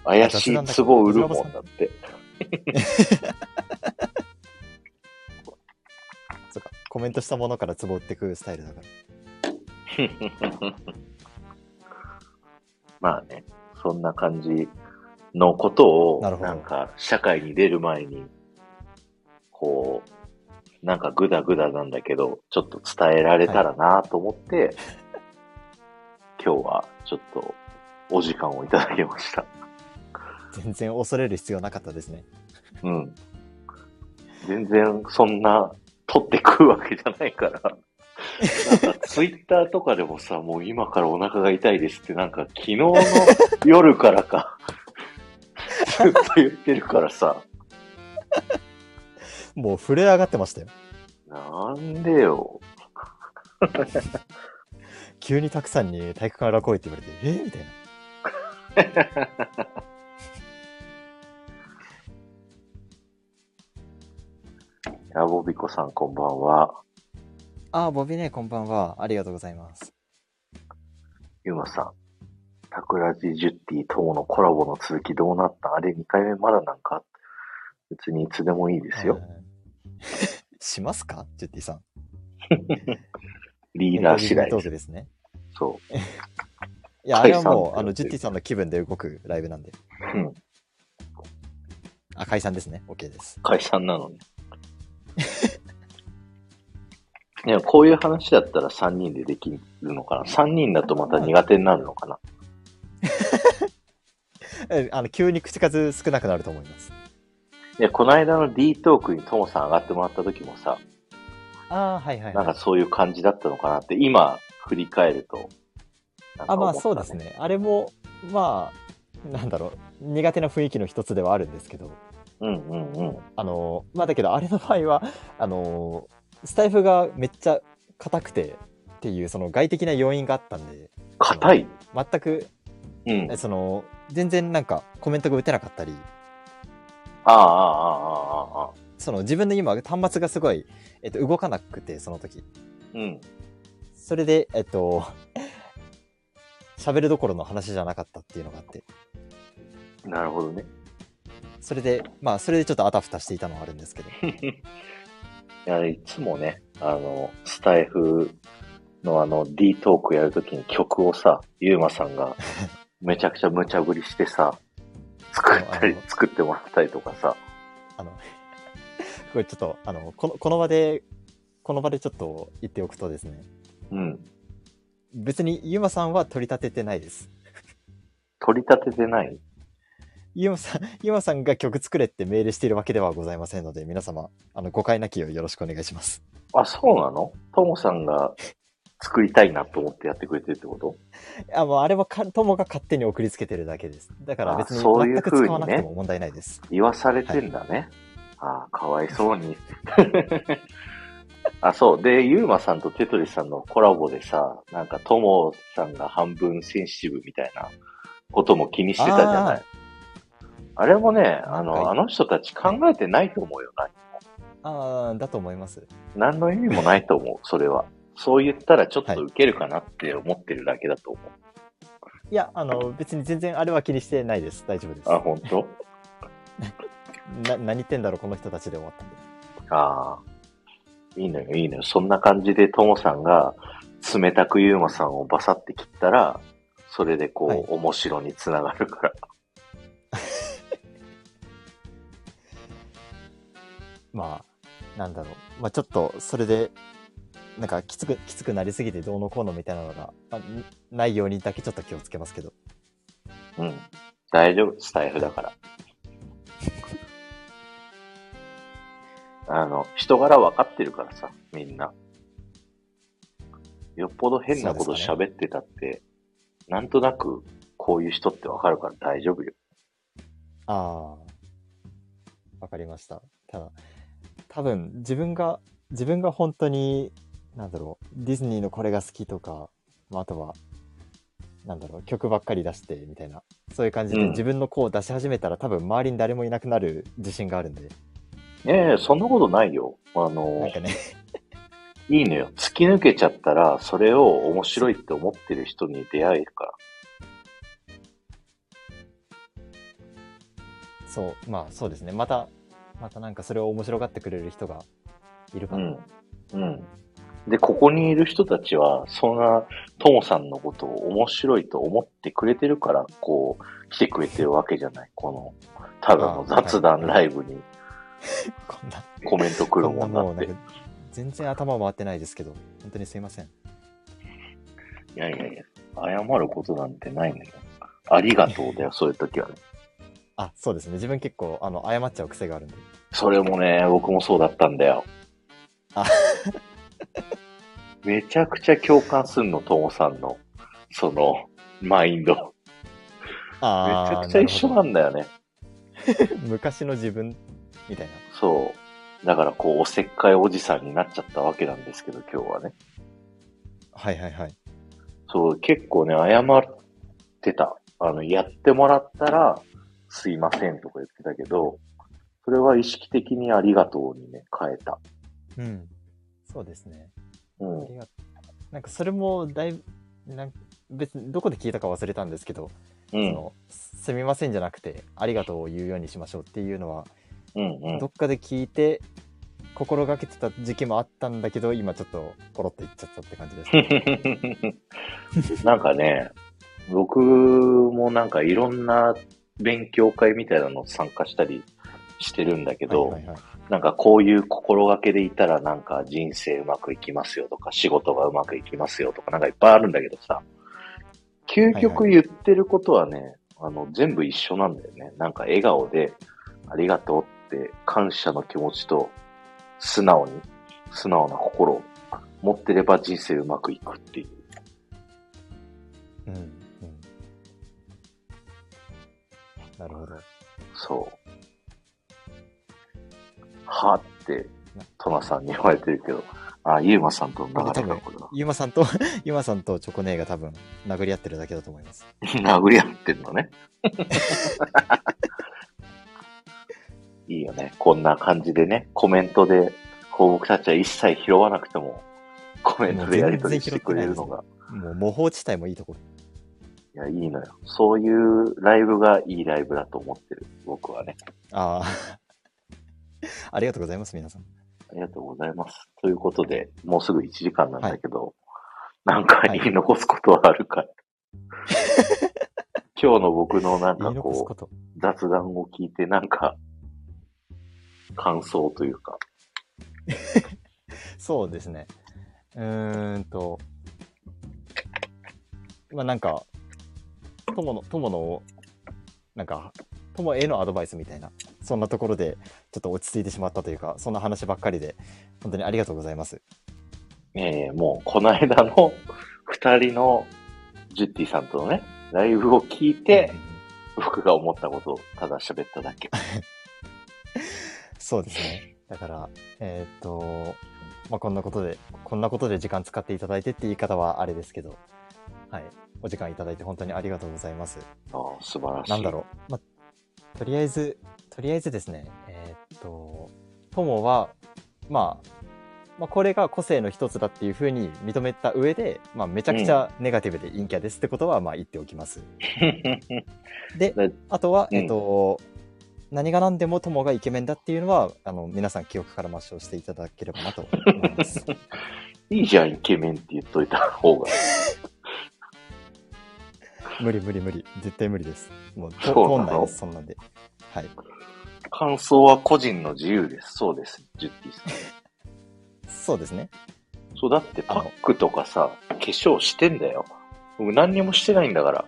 Speaker 1: 怪しいツボ売るもんだって
Speaker 2: そうか。コメントしたものからツボ打ってくスタイルだから。
Speaker 1: まあね、そんな感じのことを、
Speaker 2: なるほど
Speaker 1: なんか、社会に出る前に、こう、なんかグダグダなんだけど、ちょっと伝えられたらなと思って、今日はちょっとお時間をいただきました。
Speaker 2: 全然恐れる必要なかったですね。
Speaker 1: うん。全然そんな取って食うわけじゃないから。なんかツイッターとかでもさ、もう今からお腹が痛いですって、なんか昨日の夜からか、ずっと言ってるからさ、
Speaker 2: もう震え上がってましたよ。
Speaker 1: なんでよ。
Speaker 2: 急にたくさんに体育館裏来いって言われて、えみたいな。
Speaker 1: やぼびこさんこんばんは。
Speaker 2: あー、ボビね、こんばんは。ありがとうございます。
Speaker 1: ゆまさん。タクラジジュッティ等のコラボの続きどうなったあれ2回目まだなんか、別にいつでもいいですよ。
Speaker 2: うん。しますかジュッティさん。
Speaker 1: リーダー次第
Speaker 2: ト
Speaker 1: で
Speaker 2: ーク
Speaker 1: す。
Speaker 2: ですね。
Speaker 1: そ
Speaker 2: いや、あれは
Speaker 1: 解散って言っ
Speaker 2: もう、
Speaker 1: て
Speaker 2: あの、ジュッティさんの気分で動くライブなんで。
Speaker 1: う。うん。
Speaker 2: あ、解散ですね。OK です。
Speaker 1: 解散なのに。 いや、こういう話だったら3人でできるのかな。3人だとまた苦手になるのかな。
Speaker 2: え、あの、急に口数少なくなると思います。
Speaker 1: いや、この間の D トークにともさん上がってもらった時もさ、
Speaker 2: ああ、はいはい、
Speaker 1: なん
Speaker 2: は
Speaker 1: か
Speaker 2: い。
Speaker 1: そういう感じだったのかなって、今振り返ると、なんか
Speaker 2: あ、ま
Speaker 1: 思っ
Speaker 2: あ
Speaker 1: た
Speaker 2: そうです。ね。あれも、まあ、なんだろう、苦手な雰囲気の一つではあるんですけど、
Speaker 1: うんうんうん。
Speaker 2: あの、まあだけど、あれの場合は、あの、スタイフがめっちゃ硬くて、っていう、その外的な要因があったんで、
Speaker 1: 硬い。
Speaker 2: 全く、
Speaker 1: うん。あ
Speaker 2: えその、全然なんかコメントが打てなかったり、
Speaker 1: あ、ああ、ああ、ああ。
Speaker 2: その自分の今、端末がすごい、えっと、動かなくて、その時。
Speaker 1: うん。
Speaker 2: それで、えっと、喋るどころの話じゃなかったっていうのがあって、
Speaker 1: なるほどね。
Speaker 2: それで、まあ、それでちょっとあたふたしていたのはあるんです けど、
Speaker 1: いや、いつもね、あの、スタイフのあの、D トークやるときに曲をさ、ゆうまさん がめちゃくちゃ無茶ぶりしてさ、作ったり
Speaker 2: あ、の
Speaker 1: 作ってもらったりとかさ、
Speaker 2: あの、これちょっと、あの、この、この場で、この場でちょっと言っておくとですね、
Speaker 1: うん。
Speaker 2: 別にゆまさんは取り立ててないです。
Speaker 1: 取り立ててない
Speaker 2: ゆまさん、ゆまさんが曲作れって命令しているわけではございませんので、皆様、あの、誤解なきようよろしくお願いします。
Speaker 1: あ、そうなのともさんが作りたいなと思ってやってくれてるってこと
Speaker 2: あ、もうあれはか、友が勝手に送りつけてるだけです。だから
Speaker 1: あ
Speaker 2: 別に
Speaker 1: そういう
Speaker 2: 全く
Speaker 1: 風にね
Speaker 2: 使わなくても問題ないです。
Speaker 1: 言わされてんだね。ああ、かわいそうに。 あ、そう。で、ゆうまさんとテトリさんのコラボでさ、なんか、ともさんが半分センシティブみたいなことも気にしてたじゃない。あれもね、あ
Speaker 2: なん
Speaker 1: の、
Speaker 2: か
Speaker 1: あの人たち考えてないと思うよな。
Speaker 2: ああ、だと思います。
Speaker 1: 何の意味もないと思う、それは。そう言ったらちょっとウケるかなって思ってるだけだと思う。
Speaker 2: いや、あの、別に全然あれは気にしてないです。大丈夫です。
Speaker 1: あ、本当？
Speaker 2: な何言ってんだろう、この人たちで終わったんで。
Speaker 1: ああ。いいのよ、いいのよ。そんな感じで、ともさんが、冷たくゆうまさんをバサって切ったら、それでこう、
Speaker 2: はい
Speaker 1: 面白につながるから。
Speaker 2: まあ、なんだろう。まあちょっと、それで、なんかきつく、きつくなりすぎてどうのこうのみたいなのが、あんないようにだけちょっと気をつけますけど。
Speaker 1: うん。大丈夫、スタイフだから。あの、人柄わかってるからさ、みんな。よっぽど変なこと
Speaker 2: そう
Speaker 1: 喋ってたって、なんとなく、こういう人ってわかるから大丈夫よ。
Speaker 2: ああ。わかりました。ただ、多分自分が、自分が本当に、なんだろう、ディズニーのこれが好きとか、まあ、あとは、なんだろう、曲ばっかり出してみたいな、そういう感じで
Speaker 1: うん
Speaker 2: 自分の子を出し始めたら、多分周りに誰もいなくなる自信があるんで、
Speaker 1: ええそんなことないよ。あの、
Speaker 2: なんかね、
Speaker 1: いいのよ。突き抜けちゃったら、それを面白いって思ってる人に出会えるから。
Speaker 2: そう、まあそうですね、また、またなんかそれを面白がってくれる人がいるか
Speaker 1: う
Speaker 2: な。
Speaker 1: ん。うん。で、ここにいる人たちは、そんな、ともさんのことを面白いと思ってくれてるから、こう、来てくれてるわけじゃない。この、ただの雑談ライブに
Speaker 2: こんな、
Speaker 1: コメント来る もんな
Speaker 2: こ
Speaker 1: んっ
Speaker 2: な
Speaker 1: て。
Speaker 2: もうなんか、全然頭回ってないですけど、本当にすいません。
Speaker 1: いやいやいや、謝ることなんてないのよ。ありがとうだよ、そういう時はね。
Speaker 2: あ、そうですね。自分結構、あの、謝っちゃう癖があるんで。
Speaker 1: それもね、僕もそうだったんだよ
Speaker 2: あ。
Speaker 1: めちゃくちゃ共感すんの、ともさんの、その、マインド。めち
Speaker 2: あ
Speaker 1: ゃ
Speaker 2: あ、
Speaker 1: くちゃ一緒
Speaker 2: な
Speaker 1: な
Speaker 2: る
Speaker 1: んだよね。
Speaker 2: ほど昔の自分みたいな。
Speaker 1: そう。だから、こう、おせっかいおじさんになっちゃったわけなんですけど、今日はね。
Speaker 2: はいはいはい。
Speaker 1: そう、結構ね、謝ってた。あの、やってもらったら、すいませんとか言ってたけど、それは意識的にありがとうにね、変えた。
Speaker 2: うん。そうですね。
Speaker 1: うん
Speaker 2: あ。りがなんかそれもだいぶ、なん別にどこで聞いたか忘れたんですけど、
Speaker 1: う
Speaker 2: そ
Speaker 1: ん。
Speaker 2: のすみませんじゃなくて、ありがとうを言うようにしましょうっていうのは、
Speaker 1: うん。うん
Speaker 2: ど。っかで聞いて、心がけてた時期もあったんだけど、今ちょっとポロッと言っちゃったって感じです、ね。
Speaker 1: なんかね、僕もなんかいろんな勉強会みたいなの参加したりしてるんだけ ど、
Speaker 2: はいはいはい、
Speaker 1: なんかこういう心がけでいたらなんか人生うまくいきますよとか仕事がうまくいきますよとかなんかいっぱいあるんだけどさ、究極
Speaker 2: は
Speaker 1: 言ってることはね、あの全部一緒なんだよね。なんか笑顔でありがとうって感謝の気持ちと素直に、素直な心を持ってれば人生うまくいくっていう。
Speaker 2: うん、うん。なるほど。
Speaker 1: そう。はって、トナさんに言われてるけど、あ、ユーマさんとの流れか、これは。
Speaker 2: ゆまさんと、 ゆまさんとチョコネーが多分殴り合ってるだけだと思います。
Speaker 1: 殴り合ってんのね。いいよね。こんな感じでね、コメントで、こう僕たちは一切拾わなくても、コメントでやり取りしてくれるのが、
Speaker 2: もう模倣地帯もいいところ。
Speaker 1: いや、いいのよ。そういうライブがいいライブだと思ってる、僕はね。
Speaker 2: ああ。 ありがとうございます、皆さん。
Speaker 1: ありがとうございます。ということで、もうすぐ1時間なんだけど、なんか言い残すことはあるか、い、 今日の僕のなん
Speaker 2: 言
Speaker 1: か
Speaker 2: い残すこ。
Speaker 1: ことう、雑談を聞いて、なんか、感想というか、
Speaker 2: そうですね。うーんと。まあなんか、友の、友の、なんか、友へのアドバイスみたいな、そんなところで、ちょっと落ち着いてしまったというか、そんな話ばっかりで、本当にありがとうございます。
Speaker 1: えーもう、この間の 二人のジュッティさんとのね、ライブを聞いて
Speaker 2: うんうん、うん
Speaker 1: 僕が思ったことをただ喋っただけ。
Speaker 2: そうですね。だから、えーっと、まあ、こんなことで、こんなことで時間使っていただいてって言い方はあれですけど、はい。お時間いただいて本当にありがとうございます。
Speaker 1: あー素晴らしい。
Speaker 2: なんだろう。まあ、とりあえず、とりあえずですね、えーっと、友は、まあ、まあ、これが個性の一つだっていうふうに認めた上で、まあ、めちゃくちゃネガティブで陰キャですってことは、まあ、言っておきます。で
Speaker 1: ね、
Speaker 2: あとは、
Speaker 1: うん
Speaker 2: えっと、何が何でも友がイケメンだっていうのは、あの、皆さん記憶から抹消していただければなと思い ます。
Speaker 1: いいじゃん、イケメンって言っといた方が。
Speaker 2: 無理無理無理。絶対無理です。もう、
Speaker 1: そ
Speaker 2: と
Speaker 1: うなの
Speaker 2: 通んないです、そんなんで。はい。
Speaker 1: 感想は個人の自由です。そうです、ジュッティさん。
Speaker 2: そうですね。
Speaker 1: そう、だってパックとかさ、化粧してんだよ。僕何にもしてないんだから。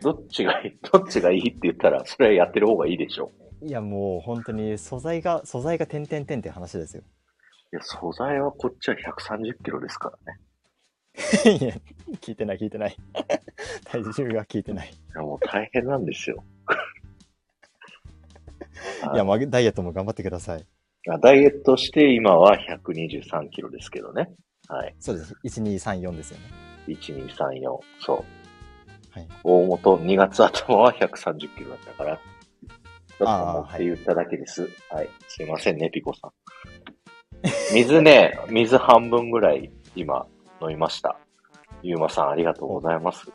Speaker 1: どっちがいい、どっちがいいって言ったら、それはやってる方がいいでしょ。
Speaker 2: いや、もう本当に素材が、素材が点々点って話ですよ。
Speaker 1: いや、素材はこっちは130キロですからね。
Speaker 2: いや、聞いてない聞いてない。 体重が聞いてない。
Speaker 1: いや、もう大変なんですよ。
Speaker 2: いや、まあ、ダイエットも頑張ってください。
Speaker 1: あダイエットして今は123キロですけどね。はい。
Speaker 2: そうです。1234ですよね。
Speaker 1: 1234。そう。
Speaker 2: はい。
Speaker 1: 大元2月頭は130キロだったから。だと思
Speaker 2: あー
Speaker 1: っ
Speaker 2: は
Speaker 1: て
Speaker 2: い
Speaker 1: 言っただけです。はい、すいませんね、ピコさん。水ね、水半分ぐらい今飲みました。ゆうまさんありがとうございます。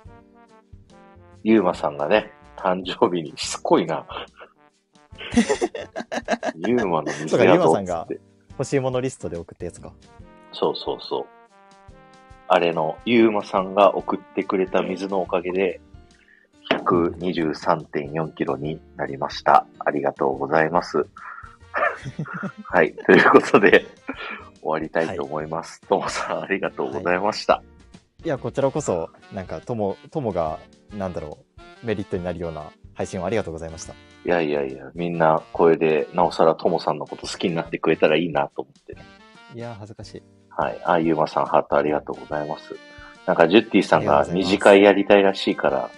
Speaker 1: ゆうまさんがね、誕生日にしつこい な。ゆうまの水
Speaker 2: そうか
Speaker 1: や
Speaker 2: ゆうま
Speaker 1: ぞ
Speaker 2: さん
Speaker 1: っ
Speaker 2: が
Speaker 1: つって。
Speaker 2: 欲しいものリストで送ったやつか。
Speaker 1: そうそうそう。あれの、ゆうまさんが送ってくれた水のおかげで、123.4キロになりました。ありがとうございます。はい。ということで、終わりたいと思います。と、も、さん、ありがとうございました。
Speaker 2: いや、こちらこそ、なんか、とも、ともが、なんだろう、メリットになるような配信をありがとうございました。
Speaker 1: い、やいやいや、みんな、これで、なおさらともさんのこと好きになってくれたらいいなと思ってね。
Speaker 2: いや、恥ずかしい。
Speaker 1: はい。あ、ゆうまさん、ハートありがとうございます。なんか、ジュッティさんが
Speaker 2: ありがとうござい
Speaker 1: 二
Speaker 2: ます
Speaker 1: 次会やりたいらしいから、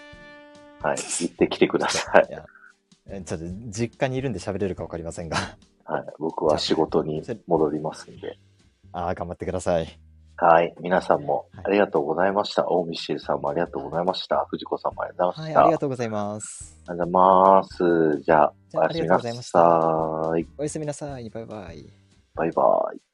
Speaker 1: はい。行ってきてくださ い。
Speaker 2: いや、えちょっと、実家にいるんで喋れるかわかりませんが、
Speaker 1: はい。僕は仕事に戻りますんで。
Speaker 2: ああ、頑張ってください。
Speaker 1: はい。皆さんも
Speaker 2: はい
Speaker 1: ありがとうございました。大見シェルさんもありがとうございました。藤子さんもありがとうございまし
Speaker 2: はい、
Speaker 1: た。
Speaker 2: ありがとうございます。
Speaker 1: ありがとうございます。じゃあ、
Speaker 2: じゃ
Speaker 1: お
Speaker 2: あ
Speaker 1: やすみなさ
Speaker 2: ありがとう
Speaker 1: い。
Speaker 2: おやすみなさい。バイバイ。
Speaker 1: バイバイ。